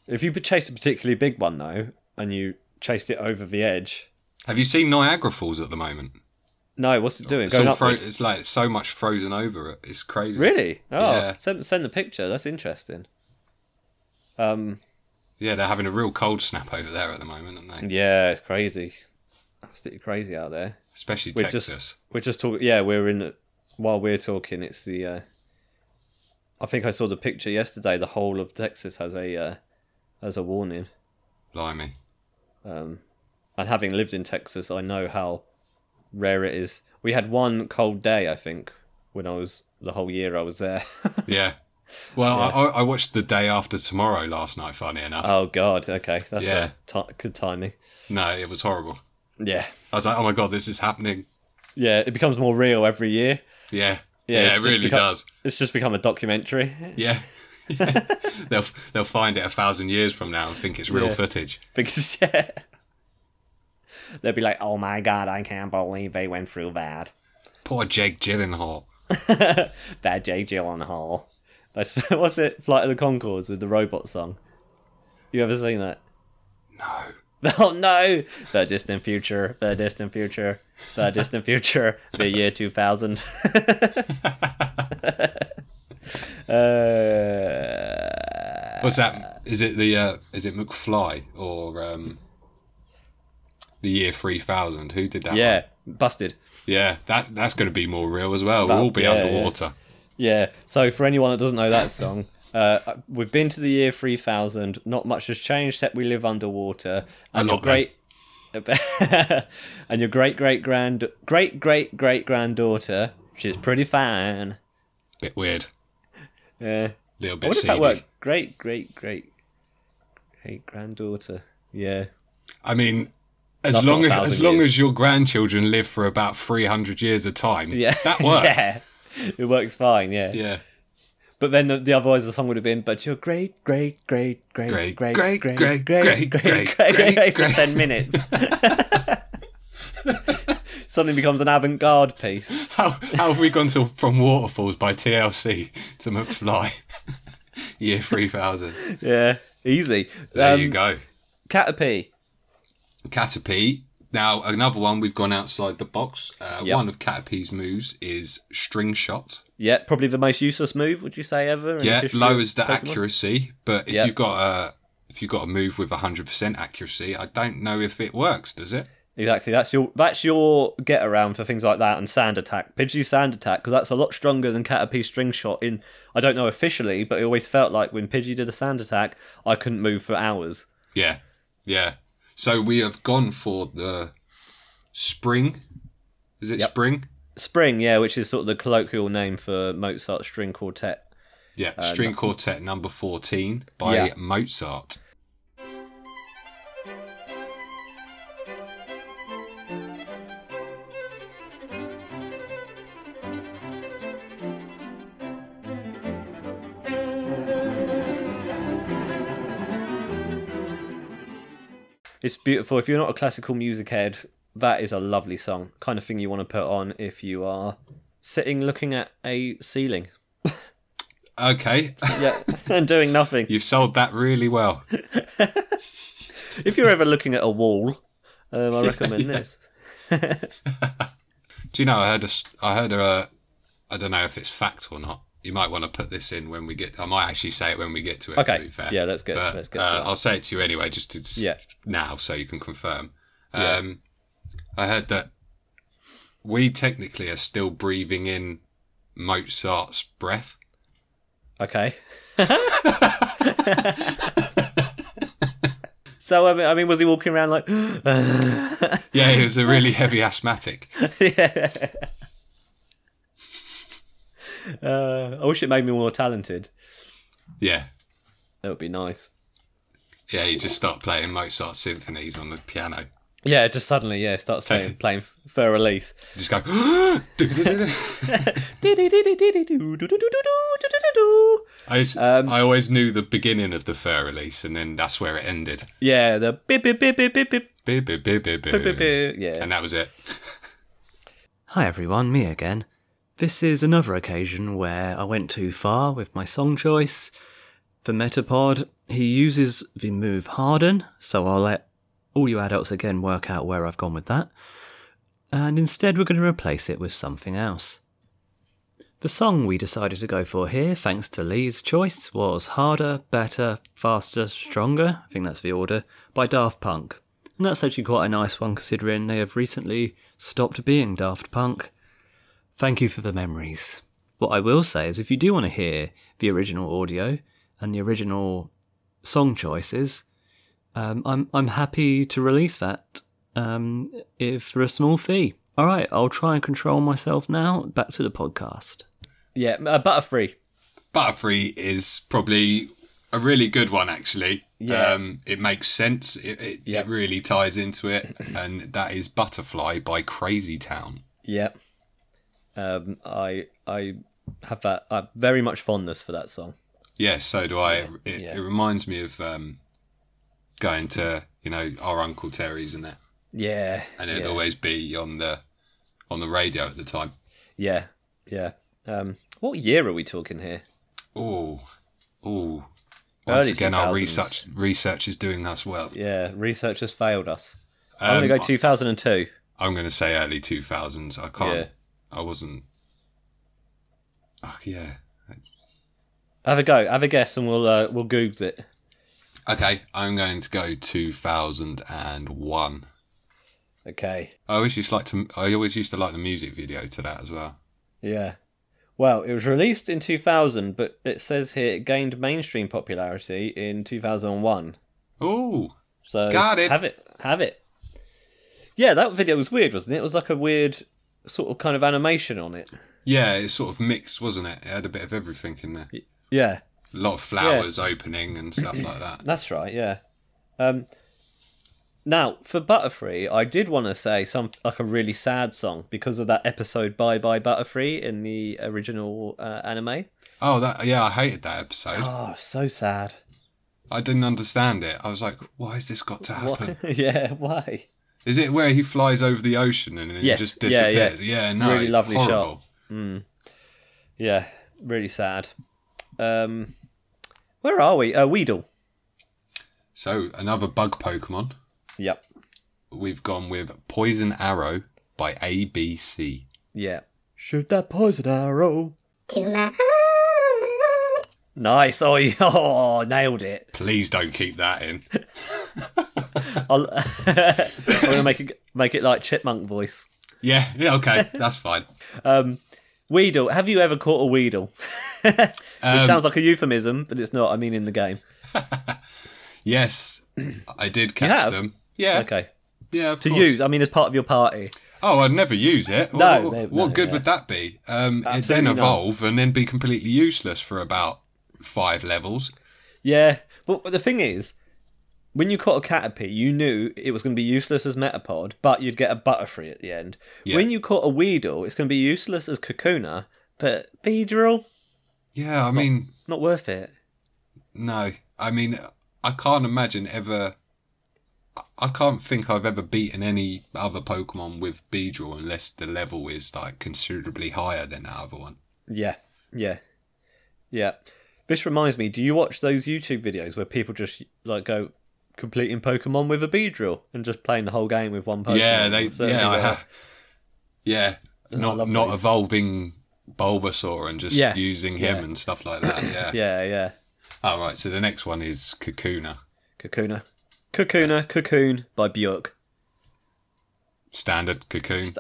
Speaker 1: If you chased a particularly big one though, and you chased it over the edge,
Speaker 2: have you seen Niagara Falls at the moment?
Speaker 1: no, what's it doing?
Speaker 2: It's
Speaker 1: Going
Speaker 2: all fro-
Speaker 1: upward.
Speaker 2: It's like so much frozen over it. It's crazy.
Speaker 1: Really? Oh,
Speaker 2: Yeah.
Speaker 1: send send the picture. That's interesting. Um,
Speaker 2: Yeah, they're having a real cold snap over there at the moment, aren't they?
Speaker 1: yeah, it's crazy. Absolutely crazy out there.
Speaker 2: Especially
Speaker 1: We're
Speaker 2: Texas.
Speaker 1: just we're just talking. Yeah, we're in. While we're talking, it's the. Uh, I think I saw the picture yesterday. The whole of Texas has a uh, as a warning.
Speaker 2: Blimey.
Speaker 1: Um, and having lived in Texas, I know how rare it is. We had one cold day, I think, when I was the whole year I was there.
Speaker 2: Yeah. Well, I, I I watched the day after tomorrow last night. Funny enough,
Speaker 1: oh God. Okay, that's
Speaker 2: Yeah.
Speaker 1: yeah. good timing.
Speaker 2: no, it was horrible.
Speaker 1: Yeah.
Speaker 2: I was like, oh my god, this is happening.
Speaker 1: Yeah, it becomes more real every year.
Speaker 2: Yeah,
Speaker 1: Yeah,
Speaker 2: yeah,
Speaker 1: it's
Speaker 2: it
Speaker 1: just
Speaker 2: really
Speaker 1: become-
Speaker 2: does.
Speaker 1: It's just become a documentary.
Speaker 2: Yeah. Yeah. they'll they'll find it a thousand years from now and think it's real
Speaker 1: Yeah.
Speaker 2: footage.
Speaker 1: Because yeah, they'll be like, "Oh my god, I can't believe they went through that."
Speaker 2: Poor Jake Gyllenhaal.
Speaker 1: That Jay Gyllenhaal. That's what's it? Flight of the Concords with the robot song. You ever seen that?
Speaker 2: No,
Speaker 1: Oh no! The distant future, the distant future, the distant future, the year two thousand. uh,
Speaker 2: what's that? Is it the uh, is it McFly or um, the year three thousand? Who did that? one?
Speaker 1: yeah, busted.
Speaker 2: yeah. That that's going to be more real as well.
Speaker 1: That-
Speaker 2: we'll all be
Speaker 1: yeah, yeah.
Speaker 2: underwater.
Speaker 1: Yeah. So for anyone that doesn't know that song, uh, we've been to the year three thousand. Not much has changed except we live underwater. And your
Speaker 2: lot then.
Speaker 1: great, and your great great grand great great great granddaughter, she's pretty fine.
Speaker 2: Bit weird.
Speaker 1: Yeah.
Speaker 2: Little
Speaker 1: I wonder
Speaker 2: bit
Speaker 1: if that
Speaker 2: seedy.
Speaker 1: worked. Great great great great granddaughter. Yeah.
Speaker 2: I mean, as
Speaker 1: That's
Speaker 2: long
Speaker 1: not a
Speaker 2: as
Speaker 1: thousand
Speaker 2: as long
Speaker 1: years.
Speaker 2: as your grandchildren live for about three hundred years a time,
Speaker 1: Yeah.
Speaker 2: that works.
Speaker 1: yeah. It works fine. Yeah.
Speaker 2: yeah.
Speaker 1: But then the, the otherwise the song would have been, but you're great, great, great, great, great, great,
Speaker 2: Great, great,
Speaker 1: great, great, great,
Speaker 2: great,
Speaker 1: great,
Speaker 2: great, great,
Speaker 1: great, great for
Speaker 2: great.
Speaker 1: ten minutes. Suddenly becomes an avant-garde piece.
Speaker 2: How, how have we gone to from Waterfalls by TLC to McFly? Year 3000.
Speaker 1: Yeah, easy.
Speaker 2: There
Speaker 1: um,
Speaker 2: you go.
Speaker 1: Caterpie.
Speaker 2: Caterpie. Now, another one we've gone outside the box. Uh,
Speaker 1: Yep.
Speaker 2: One of Caterpie's moves is string shot.
Speaker 1: Yeah, probably the most useless move. Would you say ever? in
Speaker 2: Yeah,
Speaker 1: history of
Speaker 2: lowers the
Speaker 1: Pokemon?
Speaker 2: accuracy, but if
Speaker 1: Yep.
Speaker 2: you've got a if you've got a move with 100% accuracy, I don't know if it works, does it?
Speaker 1: Exactly. That's your that's your get around for things like that and sand attack. Pidgey's sand attack because that's a lot stronger than Caterpie's string shot. In I don't know officially, but it always felt like when Pidgey did a sand attack, I couldn't move for hours.
Speaker 2: Yeah, yeah. So we have gone for the spring. Is it
Speaker 1: Yep.
Speaker 2: spring?
Speaker 1: Spring, yeah, which is sort of the colloquial name for Mozart's string quartet.
Speaker 2: Yeah, string quartet number 14 by
Speaker 1: Uh, Yeah.
Speaker 2: Mozart.
Speaker 1: It's beautiful. If you're not a classical music head, that is a lovely song. Kind of thing you want to put on if you are sitting looking at a ceiling.
Speaker 2: Okay,
Speaker 1: Yeah, and doing nothing.
Speaker 2: you've sold that really well.
Speaker 1: If you're ever looking at a wall, um, I recommend this.
Speaker 2: Do you know? I heard a. s- I heard a. I don't know if it's fact or not. You might want to put this in when we get. I might actually say it when we get to it.
Speaker 1: Okay.
Speaker 2: To be fair.
Speaker 1: Yeah, let's get-
Speaker 2: But,
Speaker 1: let's get to
Speaker 2: uh,
Speaker 1: that.
Speaker 2: I'll say it to you anyway, just to s-
Speaker 1: Yeah.
Speaker 2: now, so you can confirm. Um, I heard that we technically are still breathing in Mozart's breath.
Speaker 1: Okay. so I mean, I mean, was he walking around like?
Speaker 2: Yeah, he was a really heavy asthmatic.
Speaker 1: yeah. Uh, I wish it made me more talented.
Speaker 2: Yeah.
Speaker 1: That would be nice.
Speaker 2: Yeah, you just start playing Mozart symphonies on the piano.
Speaker 1: Yeah, just suddenly, yeah, start saying, playing for release.
Speaker 2: Just go. I, s-
Speaker 1: Um,
Speaker 2: I always knew the beginning of the fur release, and then that's where it ended.
Speaker 1: Yeah, the bip bip bip bip bip bip
Speaker 2: Boo, boo, boo, boo, boo.
Speaker 1: bip bip. Yeah.
Speaker 2: And that was it.
Speaker 4: Hi everyone, me again. This is another occasion where I went too far with my song choice. For Metapod, he uses the move Harden, so I'll let all you adults again work out where I've gone with that. And instead, we're going to replace it with something else. The song we decided to go for here, thanks to Lee's choice, was Harder, Better, Faster, Stronger, I think that's the order, by Daft Punk. And that's actually quite a nice one considering they have recently stopped being Daft Punk. Thank you for the memories. What I will say is if you do want to hear the original audio and the original song choices, um, I'm I'm happy to release that um, if for a small fee. All right, I'll try and control myself now. Back to the podcast.
Speaker 1: Yeah, uh, Butterfree.
Speaker 2: Butterfree is probably a really good one, actually.
Speaker 1: Yeah.
Speaker 2: Um, it makes sense. It, it, it really ties into it. And that is Butterfly by Crazy Town.
Speaker 1: Yeah. Um, I I have that. I have very much fondness for that song.
Speaker 2: Yeah, so do I. It,
Speaker 1: yeah.
Speaker 2: it reminds me of um, going to, you know, our Uncle Terry's and that.
Speaker 1: Yeah.
Speaker 2: And it'd
Speaker 1: yeah.
Speaker 2: always be on the on the radio at the time.
Speaker 1: Yeah. Yeah. Um, what year are we talking here?
Speaker 2: Oh, oh. Once
Speaker 1: Early
Speaker 2: again, our
Speaker 1: 2000s.
Speaker 2: research research is doing us well.
Speaker 1: Yeah, researchers failed us. I'm
Speaker 2: Um,
Speaker 1: gonna go 2002.
Speaker 2: I'm going to say early 2000s. I can't.
Speaker 1: Yeah.
Speaker 2: I wasn't. Oh, yeah.
Speaker 1: Have a go. Have a guess, and we'll uh, we'll Google it.
Speaker 2: Okay, I'm going to go 2001.
Speaker 1: Okay.
Speaker 2: I always used to like to. I always used to like the music video to that as well.
Speaker 1: Yeah. Well, it was released in 2000, but it says here it gained mainstream popularity in 2001.
Speaker 2: Oh,
Speaker 1: So
Speaker 2: Got it.
Speaker 1: Have it. Have it. Yeah, that video was weird, wasn't it? It was like a weird sort of kind of animation on it.
Speaker 2: yeah. It's sort of mixed, wasn't it? It had a bit of everything in there. A
Speaker 1: Yeah,
Speaker 2: lot of flowers opening and stuff like that.
Speaker 1: that's right. Yeah. Um. Now for Butterfree, I did want to say some like a really sad song because of that episode "Bye Bye Butterfree" in the original uh, anime.
Speaker 2: Oh, that. Yeah, I hated that episode.
Speaker 1: Oh, so sad.
Speaker 2: I didn't understand it. I was like, why has this got to happen?
Speaker 1: Why? yeah, why?
Speaker 2: Is it where he flies over the ocean and then
Speaker 1: Yes,
Speaker 2: just
Speaker 1: yeah, yeah.
Speaker 2: disappears? Yeah, no.
Speaker 1: Really lovely shot.
Speaker 2: horrible.
Speaker 1: Yeah, really sad. Um, where are we? Uh, Weedle.
Speaker 2: So another bug Pokemon.
Speaker 1: Yep.
Speaker 2: We've gone with Poison Arrow by ABC.
Speaker 1: Yeah. Shoot that poison arrow.
Speaker 5: to my heart.
Speaker 1: Nice. Oh, yeah. oh nailed it.
Speaker 2: Please don't keep that in.
Speaker 1: I'll, I'm gonna make it make it like chipmunk voice.
Speaker 2: Yeah, yeah, okay, that's fine.
Speaker 1: Um, Weedle. Have you ever caught a Weedle? Which
Speaker 2: Um,
Speaker 1: sounds like a euphemism, but it's not. I mean, in the game.
Speaker 2: Yes, I did catch
Speaker 1: have?
Speaker 2: them. Yeah,
Speaker 1: Okay.
Speaker 2: yeah. Of
Speaker 1: To
Speaker 2: course.
Speaker 1: use. I mean, as part of your party.
Speaker 2: Oh, I'd never use it.
Speaker 1: No,
Speaker 2: what,
Speaker 1: no,
Speaker 2: what
Speaker 1: no,
Speaker 2: good
Speaker 1: yeah.
Speaker 2: would that be? Um, it then
Speaker 1: Absolutely not.
Speaker 2: evolve and then be completely useless for about five levels.
Speaker 1: Yeah, but but the thing is, when you caught a caterpie, you knew it was going to be useless as Metapod, but you'd get a Butterfree at the end.
Speaker 2: Yeah.
Speaker 1: When you caught a Weedle, it's going to be useless as Kakuna, but Beedrill,
Speaker 2: Yeah, I mean,
Speaker 1: not worth it.
Speaker 2: No, I mean, I can't imagine ever. I can't think I've ever beaten any other Pokemon with Beedrill unless the level is like considerably higher than that other one.
Speaker 1: Yeah, yeah, yeah. This reminds me. Do you watch those YouTube videos where people just like go completing Pokemon with a Beedrill and just playing the whole game with one Pokemon?
Speaker 2: yeah, they.
Speaker 1: So
Speaker 2: yeah, I
Speaker 1: anyway,
Speaker 2: have. Yeah, not
Speaker 1: love
Speaker 2: not
Speaker 1: those.
Speaker 2: evolving Bulbasaur and just
Speaker 1: Yeah,
Speaker 2: using him
Speaker 1: yeah.
Speaker 2: and stuff like that. Yeah.
Speaker 1: Yeah, yeah.
Speaker 2: All right. So the next one is Kakuna.
Speaker 1: Kakuna, Kakuna, Cocoon by Bjork.
Speaker 2: Standard Cocoon.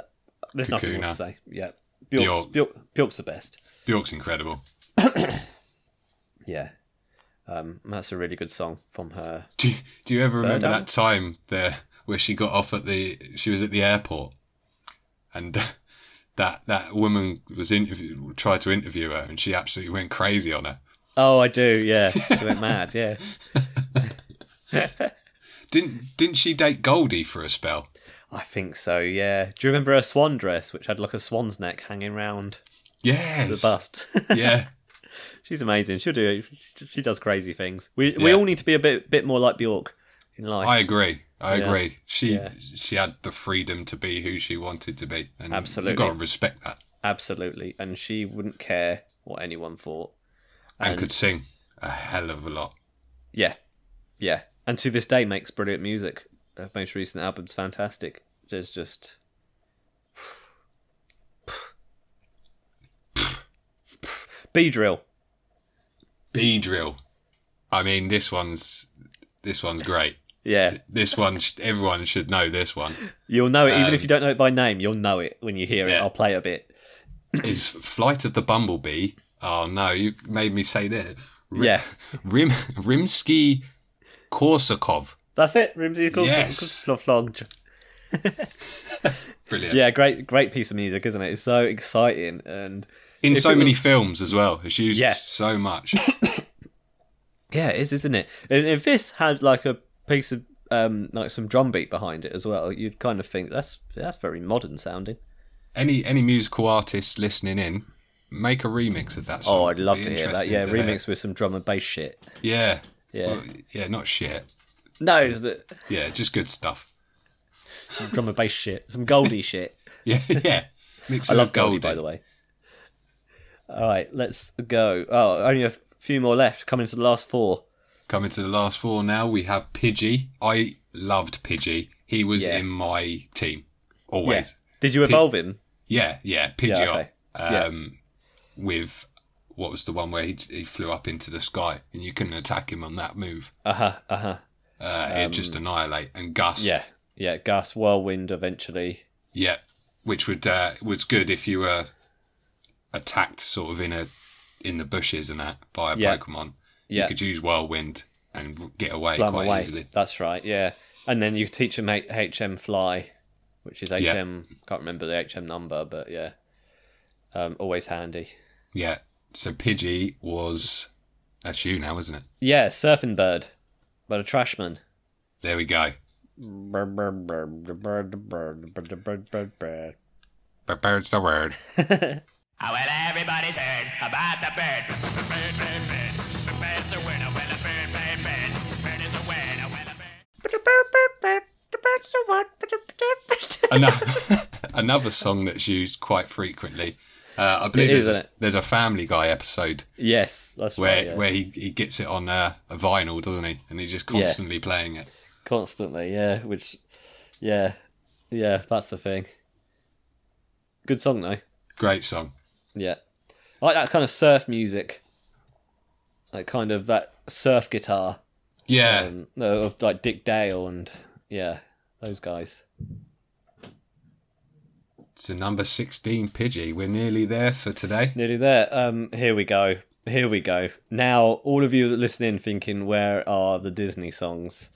Speaker 1: There's nothing more
Speaker 2: Kakuna.
Speaker 1: to say. Yeah.
Speaker 2: Bjork.
Speaker 1: Bjork's, Bjork, Bjork's the best.
Speaker 2: Bjork's incredible.
Speaker 1: Yeah. Um, that's a really good song from her.
Speaker 2: Do you, do you ever remember
Speaker 1: album?
Speaker 2: that time there where she got off at the she was at the airport and that that woman was interview tried to interview her and she absolutely went crazy on her.
Speaker 1: Oh, I do. Yeah, he went mad. Yeah,
Speaker 2: Didn't didn't she date Goldie for a spell?
Speaker 1: I think so. Yeah. Do you remember her swan dress, which had like a swan's neck hanging round
Speaker 2: Yes.
Speaker 1: the bust?
Speaker 2: Yeah.
Speaker 1: She's amazing. She'll do. She does crazy things. We we
Speaker 2: Yeah.
Speaker 1: all need to be a bit bit more like Bjork in life.
Speaker 2: I agree. I
Speaker 1: Yeah.
Speaker 2: agree. She
Speaker 1: Yeah.
Speaker 2: she had the freedom to be who she wanted to be, and
Speaker 1: Absolutely.
Speaker 2: you got to respect that.
Speaker 1: Absolutely. And she wouldn't care what anyone thought.
Speaker 2: And,
Speaker 1: And-
Speaker 2: could sing a hell of a lot.
Speaker 1: Yeah, yeah. And to this day, makes brilliant music. Her most recent album's fantastic. There's just B drill.
Speaker 2: B drill. I mean, this one's this one's great.
Speaker 1: Yeah,
Speaker 2: This one, sh- everyone should know this one.
Speaker 1: you'll know it even if
Speaker 2: Um,
Speaker 1: you don't know it by name. You'll know it when you hear it.
Speaker 2: Yeah.
Speaker 1: I'll play a bit.
Speaker 2: Is Flight of the Bumblebee. Oh no, you made me say that. Ri-
Speaker 1: Yeah,
Speaker 2: Rim Rimsky Korsakov.
Speaker 1: that's it. Rimsy called
Speaker 2: Yes. Brilliant.
Speaker 1: Yeah, great, great piece of music, isn't it? It's so exciting and
Speaker 2: In
Speaker 1: If
Speaker 2: so
Speaker 1: it
Speaker 2: many films as well. It's used
Speaker 1: Yeah.
Speaker 2: so much.
Speaker 1: Yeah, it is, isn't it? And if this had like a piece of um, like some drum beat behind it as well, you'd kind of think that's that's very modern sounding.
Speaker 2: any any musical artists listening in, make a remix of that song.
Speaker 1: Oh, I'd love
Speaker 2: Be
Speaker 1: to hear that.
Speaker 2: interesting
Speaker 1: Yeah,
Speaker 2: to
Speaker 1: remix with some drum and bass shit.
Speaker 2: Yeah.
Speaker 1: Yeah.
Speaker 2: Well, yeah, not shit.
Speaker 1: No, it's the,
Speaker 2: Yeah, just good stuff.
Speaker 1: some drum and bass shit, some Goldie shit.
Speaker 2: Yeah, yeah. Mix
Speaker 1: I
Speaker 2: it
Speaker 1: love
Speaker 2: with
Speaker 1: Goldie, by the way. All right, let's go. Oh, only a few more left. Coming to the last four.
Speaker 2: Coming to the last four now, we have Pidgey. I loved Pidgey. He was
Speaker 1: Yeah.
Speaker 2: in my team
Speaker 1: Yeah.
Speaker 2: always.
Speaker 1: Did you evolve him?
Speaker 2: Yeah, yeah, Pidgeot.
Speaker 1: Yeah, okay. Yeah.
Speaker 2: Um, With what was the one where he, he flew up into the sky and you couldn't attack him on that move.
Speaker 1: Uh huh. Uh huh.
Speaker 2: Uh, it'd just annihilate. And Gus.
Speaker 1: Um, Yeah. Yeah. Gas, whirlwind, eventually.
Speaker 2: Yeah, which would uh, was good if you were attacked sort of in a in the bushes and that by a
Speaker 1: Yeah.
Speaker 2: Pokemon.
Speaker 1: Yeah.
Speaker 2: You could use Whirlwind and r- get away
Speaker 1: Blown
Speaker 2: quite
Speaker 1: away.
Speaker 2: easily.
Speaker 1: That's right, yeah. And then you teach them H- HM Fly, which is HM.
Speaker 2: Yeah.
Speaker 1: Can't remember the HM number, but yeah, um, always handy.
Speaker 2: Yeah. So Pidgey was that's you now, isn't it?
Speaker 1: Yeah, Surfing Bird, but a trashman.
Speaker 2: There we go. But bird's the word.
Speaker 6: Oh, well, everybody's heard about the bird. The bird, bird, bird. The bird's a winner. Well, the bird, bird, bird. The bird is a winner. Well, the bird.
Speaker 2: Another, another song that's used quite frequently. Uh, I believe
Speaker 1: It is,
Speaker 2: there's,
Speaker 1: isn't
Speaker 2: a, there's a Family Guy episode
Speaker 1: Yes, that's
Speaker 2: where
Speaker 1: right. yeah.
Speaker 2: where he, he gets it on uh, a vinyl, doesn't he? And he's just
Speaker 1: Yeah.
Speaker 2: constantly playing it.
Speaker 1: Constantly, yeah. Which, yeah, yeah, that's the thing. Good song though.
Speaker 2: Great song.
Speaker 1: Yeah. I like that kind of surf music. Like kind of that surf guitar
Speaker 2: Yeah.
Speaker 1: um, uh, of like Dick Dale and yeah, those guys.
Speaker 2: So number sixteen, Pidgey. We're nearly there for today.
Speaker 1: Nearly there. Um, here we go. Here we go. Now, all of you that listen in thinking, where are the Disney songs?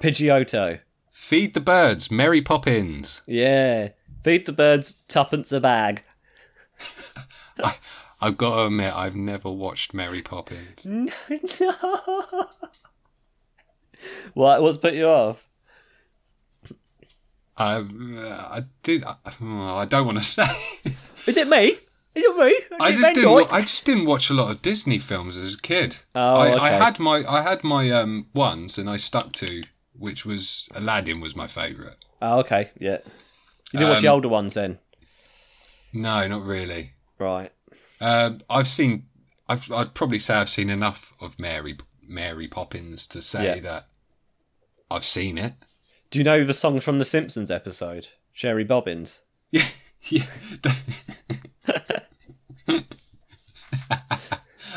Speaker 1: Pidgeotto.
Speaker 2: Feed the birds, Mary Poppins.
Speaker 1: Yeah. Feed the birds, tuppence a bag.
Speaker 2: I've got to admit, I've never watched Mary Poppins.
Speaker 1: no. What, what's put you off?
Speaker 2: I, uh, I did. I, oh, I don't want to say.
Speaker 1: Is it me? Is it me?
Speaker 2: I
Speaker 1: Is it
Speaker 2: just
Speaker 1: Van
Speaker 2: didn't. wa-
Speaker 1: Dyke?
Speaker 2: I just didn't watch a lot of Disney films as a kid.
Speaker 1: Oh,
Speaker 2: I, I
Speaker 1: okay.
Speaker 2: had my I had my um ones, and I stuck to which was Aladdin was my favourite.
Speaker 1: Oh, okay, yeah. You didn't watch the
Speaker 2: Um,
Speaker 1: older ones then,
Speaker 2: No, not really.
Speaker 1: right?
Speaker 2: Um, I've seen. I've, I'd probably say I've seen enough of Mary Mary Poppins to say
Speaker 1: Yeah.
Speaker 2: that I've seen it.
Speaker 1: Do you know the song from the Simpsons episode, Sherry Bobbins?
Speaker 2: Yeah, yeah.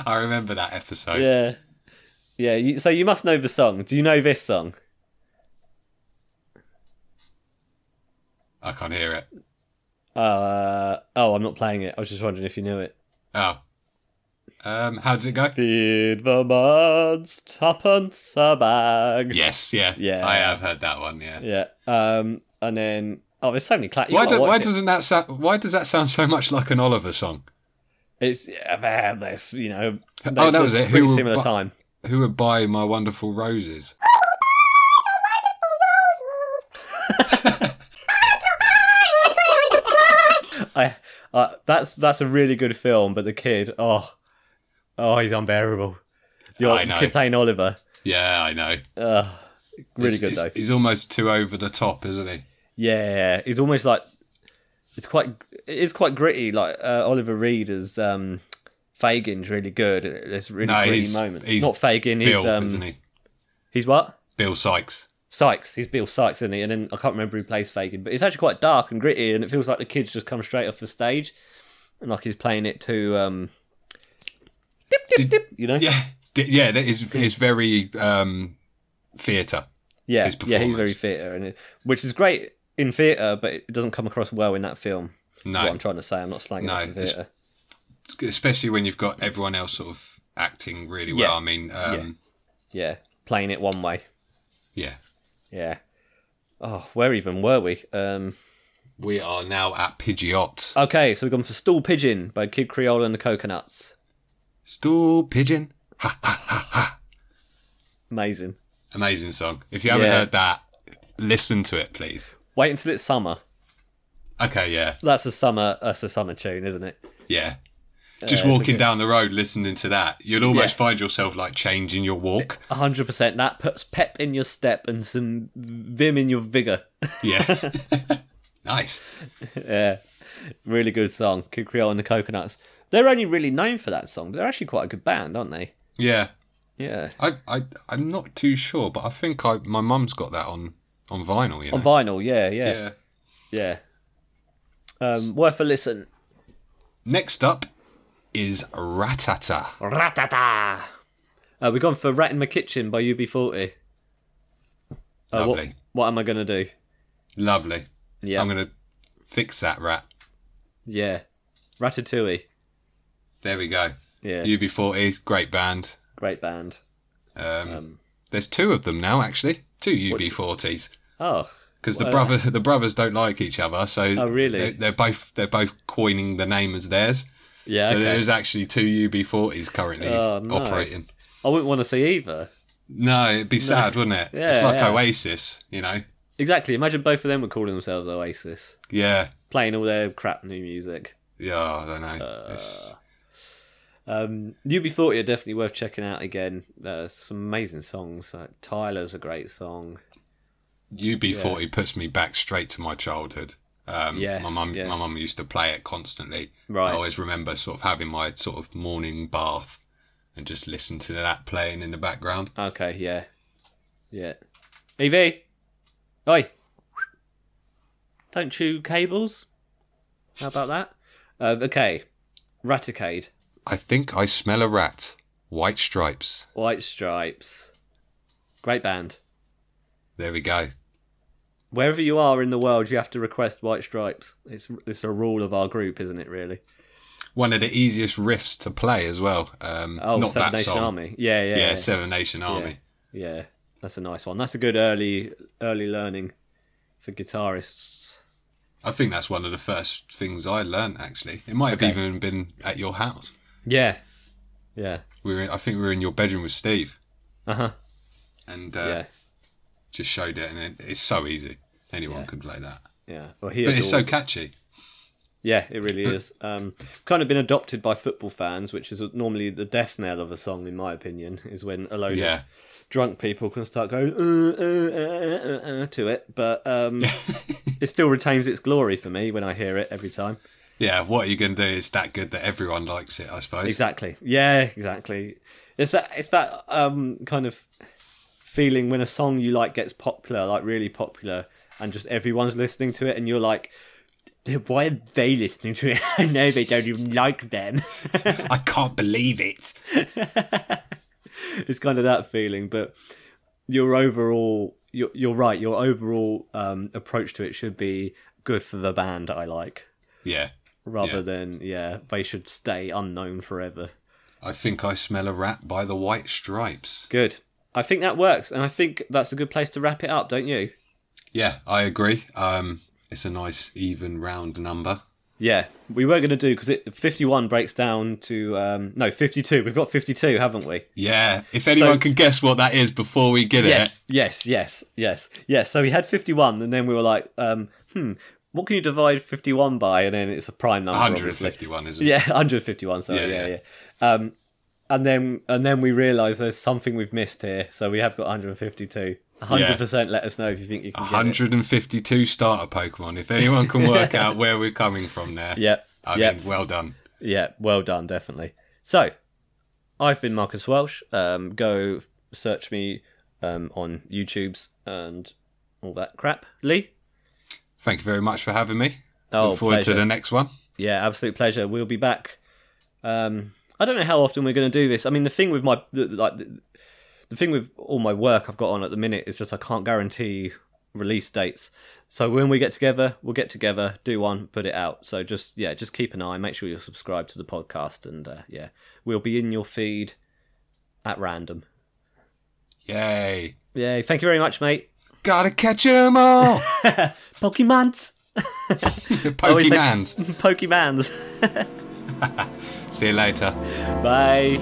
Speaker 2: I remember that episode.
Speaker 1: Yeah, yeah. You, so you must know the song. Do you know this song?
Speaker 2: I can't hear it.
Speaker 1: Uh, oh, I'm not playing it. I was just wondering if you knew it.
Speaker 2: Oh. Um, how does it go?
Speaker 1: Feed the birds, tuppence a bag.
Speaker 2: Yes, yeah.
Speaker 1: Yeah.
Speaker 2: I have heard that one, yeah.
Speaker 1: yeah. Um, and then oh, there's so many. Cla- you
Speaker 2: Why,
Speaker 1: gotta
Speaker 2: do,
Speaker 1: watch
Speaker 2: why
Speaker 1: it.
Speaker 2: doesn't that sound, why does that sound so much like an Oliver song?
Speaker 1: It's about this, you know.
Speaker 2: Oh, that was it.
Speaker 1: Pretty
Speaker 2: Who-
Speaker 1: similar
Speaker 2: what-
Speaker 1: time.
Speaker 2: Who would buy my wonderful roses?
Speaker 1: I, uh, that's that's a really good film, but the kid, oh, oh, he's unbearable. The,
Speaker 2: I
Speaker 1: the
Speaker 2: know.
Speaker 1: kid playing Oliver,
Speaker 2: Yeah, I know.
Speaker 1: Ugh really
Speaker 2: It's-
Speaker 1: good
Speaker 2: it's-
Speaker 1: though.
Speaker 2: He's almost too over the top, isn't he?
Speaker 1: Yeah, it's almost like it's quite it's quite gritty. Like uh, Oliver Reed as um, Fagin's really good. There's really
Speaker 2: No,
Speaker 1: gritty
Speaker 2: he's-
Speaker 1: moments.
Speaker 2: he's
Speaker 1: Not Fagin.
Speaker 2: Bill,
Speaker 1: He's um,
Speaker 2: isn't he?
Speaker 1: he's what?
Speaker 2: Bill Sykes.
Speaker 1: Sykes. He's Bill Sykes, isn't he? And then I can't remember who plays Fagin, but it's actually quite dark and gritty, and it feels like the kid's just come straight off the stage, and like he's playing it to um,
Speaker 2: Did-
Speaker 1: you know,
Speaker 2: yeah, d- yeah. That is is very um, theatre.
Speaker 1: yeah,
Speaker 2: his
Speaker 1: yeah. He's very
Speaker 2: performance.
Speaker 1: theatre, and it, which is great in theatre, but it doesn't come across well in that film.
Speaker 2: No,
Speaker 1: What I'm trying to say, I'm not slanging
Speaker 2: No,
Speaker 1: off the
Speaker 2: it's-
Speaker 1: theatre.
Speaker 2: especially when you've got everyone else sort of acting really well.
Speaker 1: Yeah.
Speaker 2: I mean, um,
Speaker 1: Yeah, playing it one way.
Speaker 2: yeah.
Speaker 1: Yeah. Oh, where even were we? Um,
Speaker 2: We are now at Pidgeot.
Speaker 1: okay, so we've gone for Stool Pigeon by Kid Creole and the Coconuts.
Speaker 2: Stool pigeon.
Speaker 1: Amazing.
Speaker 2: Amazing song. If you haven't
Speaker 1: Yeah.
Speaker 2: heard that, listen to it, please.
Speaker 1: Wait until it's summer.
Speaker 2: Okay, yeah,
Speaker 1: That's a summer. That's a summer tune, isn't it?
Speaker 2: yeah. Just
Speaker 1: it's a
Speaker 2: walking
Speaker 1: good-
Speaker 2: down the road, listening to that, you'll almost
Speaker 1: Yeah.
Speaker 2: find yourself like changing your walk.
Speaker 1: A hundred percent. That puts pep in your step and some vim in your vigor.
Speaker 2: Yeah. nice.
Speaker 1: yeah, really good song. Kid Creole and the Coconuts. They're only really known for that song, but they're actually quite a good band, aren't they?
Speaker 2: Yeah.
Speaker 1: Yeah.
Speaker 2: I, I I'm not too sure, but I think I my mum's got that on on vinyl. You know.
Speaker 1: On vinyl. Yeah, yeah,
Speaker 2: yeah.
Speaker 1: yeah. Um, worth a listen.
Speaker 2: Next up is Ratata.
Speaker 1: Ratata. Uh, we've gone for Rat in My Kitchen by UB40. Uh, what-
Speaker 2: Lovely.
Speaker 1: What, am I going to do?
Speaker 2: Lovely.
Speaker 1: Yeah.
Speaker 2: I'm gonna fix that rat.
Speaker 1: Yeah. Ratatouille.
Speaker 2: There we go.
Speaker 1: Yeah.
Speaker 2: UB40, great band.
Speaker 1: Great band.
Speaker 2: Um, there's two of them now, actually. Two UB40s.
Speaker 1: Oh,
Speaker 2: Because the brother, the brothers don't like each other, so
Speaker 1: Oh, really?
Speaker 2: they're, they're both they're both coining the name as theirs.
Speaker 1: yeah.
Speaker 2: So
Speaker 1: okay.
Speaker 2: there's actually two UB40s currently
Speaker 1: Oh, no.
Speaker 2: operating.
Speaker 1: I wouldn't want to see either.
Speaker 2: No, it'd be sad, wouldn't it? it's
Speaker 1: Yeah,
Speaker 2: like
Speaker 1: yeah.
Speaker 2: Oasis, you know.
Speaker 1: Exactly. Imagine both of them were calling themselves Oasis,
Speaker 2: Yeah,
Speaker 1: playing all their crap new music.
Speaker 2: yeah, I don't know.
Speaker 1: Uh,
Speaker 2: It's-
Speaker 1: Um, UB40 are definitely worth checking out again. Uh, some amazing songs. Like Tyler's a great song.
Speaker 2: UB40 puts me back straight to my childhood. Um,
Speaker 1: Yeah,
Speaker 2: my mum,
Speaker 1: yeah.
Speaker 2: my mum used to play it constantly.
Speaker 1: Right.
Speaker 2: I always remember sort of having my sort of morning bath and just listen to that playing in the background.
Speaker 1: Okay, yeah. Yeah. EV! Oi! Don't chew cables. How about that? Uh, okay. Raticade.
Speaker 2: I think I smell a rat. White stripes.
Speaker 1: White Stripes. Great band.
Speaker 2: There we go.
Speaker 1: Wherever you are in the world, you have to request White Stripes. It's it's a rule of our group, isn't it? Really?
Speaker 2: One of the easiest riffs to play as well. Um,
Speaker 1: Oh,
Speaker 2: not
Speaker 1: Seven
Speaker 2: that
Speaker 1: Nation
Speaker 2: song.
Speaker 1: Army. Yeah, yeah,
Speaker 2: Yeah,
Speaker 1: yeah,
Speaker 2: Seven Nation Army.
Speaker 1: yeah. That's a nice one. That's a good early early learning for guitarists.
Speaker 2: I think that's one of the first things I learnt. Actually, it might have
Speaker 1: Okay.
Speaker 2: even been at your house.
Speaker 1: Yeah, yeah,
Speaker 2: We were, I think, we were in your bedroom with Steve,
Speaker 1: uh huh,
Speaker 2: and uh,
Speaker 1: yeah,
Speaker 2: just showed it, and it, it's so easy. Anyone could play that,
Speaker 1: yeah. Well, he
Speaker 2: but it's so
Speaker 1: adores it.
Speaker 2: catchy.
Speaker 1: Yeah, it really is. Um, kind of been adopted by football fans, which is normally the death knell of a song, in my opinion, is when a load
Speaker 2: Yeah,
Speaker 1: of drunk people can start going uh, uh, uh, uh, uh, to it. But um, it still retains its glory for me when I hear it every time.
Speaker 2: yeah. What are you going to do? It's that good that everyone likes it, I suppose.
Speaker 1: Exactly. Yeah, exactly. It's that it's that um kind of feeling when a song you like gets popular, like really popular, and just everyone's listening to it, and you're like, why are they listening to it? I know they don't even like them.
Speaker 2: I can't believe it.
Speaker 1: it's kind of that feeling, but your overall, you're, you're right. Your overall um, approach to it should be good for the band I like,
Speaker 2: Yeah,
Speaker 1: rather
Speaker 2: Yeah.
Speaker 1: than yeah, they should stay unknown forever.
Speaker 2: I think I smell a rat by the white stripes.
Speaker 1: Good. I think that works, and I think that's a good place to wrap it up, don't you?
Speaker 2: Yeah, I agree. Um, it's a nice even round number.
Speaker 1: Yeah, we were going to do because it 51 breaks down to um, no 52. We've got 52, haven't we?
Speaker 2: Yeah. If anyone can guess what that is before we get
Speaker 1: Yes, yes, yes, yes, yes. So we had 51, and then we were like, um, hmm, what can you divide 51 by? And then it's a prime
Speaker 2: it,
Speaker 1: number. obviously.
Speaker 2: 151, isn't it?
Speaker 1: Yeah, 151. Sorry,
Speaker 2: Yeah,
Speaker 1: yeah, yeah.
Speaker 2: yeah.
Speaker 1: Um, and then and then we realise there's something we've missed here, so we have got 152. 100% let us know if you think you can get it.
Speaker 2: 152 starter Pokemon. If anyone can work out where we're coming from there,
Speaker 1: Yeah,
Speaker 2: I
Speaker 1: yeah,
Speaker 2: mean, well done.
Speaker 1: yeah. Well done, definitely. So, I've been Marcus Welsh. Um, go search me um, on YouTube's and all that crap. Lee?
Speaker 2: Thank you very much for having me.
Speaker 1: Oh,
Speaker 2: Look forward
Speaker 1: pleasure.
Speaker 2: to the next one.
Speaker 1: yeah, absolute pleasure. We'll be back. Um, I don't know how often we're going to do this. I mean, the thing with my the- like the, the thing with all my work I've got on at the minute is just I can't guarantee release dates. So when we get together, we'll get together, do one, put it out. So just yeah, just keep an eye, make sure you're subscribed to the podcast, and uh, yeah, we'll be in your feed at random.
Speaker 2: Yay.
Speaker 1: Yeah, thank you very much, mate.
Speaker 2: Gotta catch 'em all.
Speaker 1: Pokemans, Oh,
Speaker 2: Pokemans.
Speaker 1: Pokemans.
Speaker 2: See you later.
Speaker 1: Bye.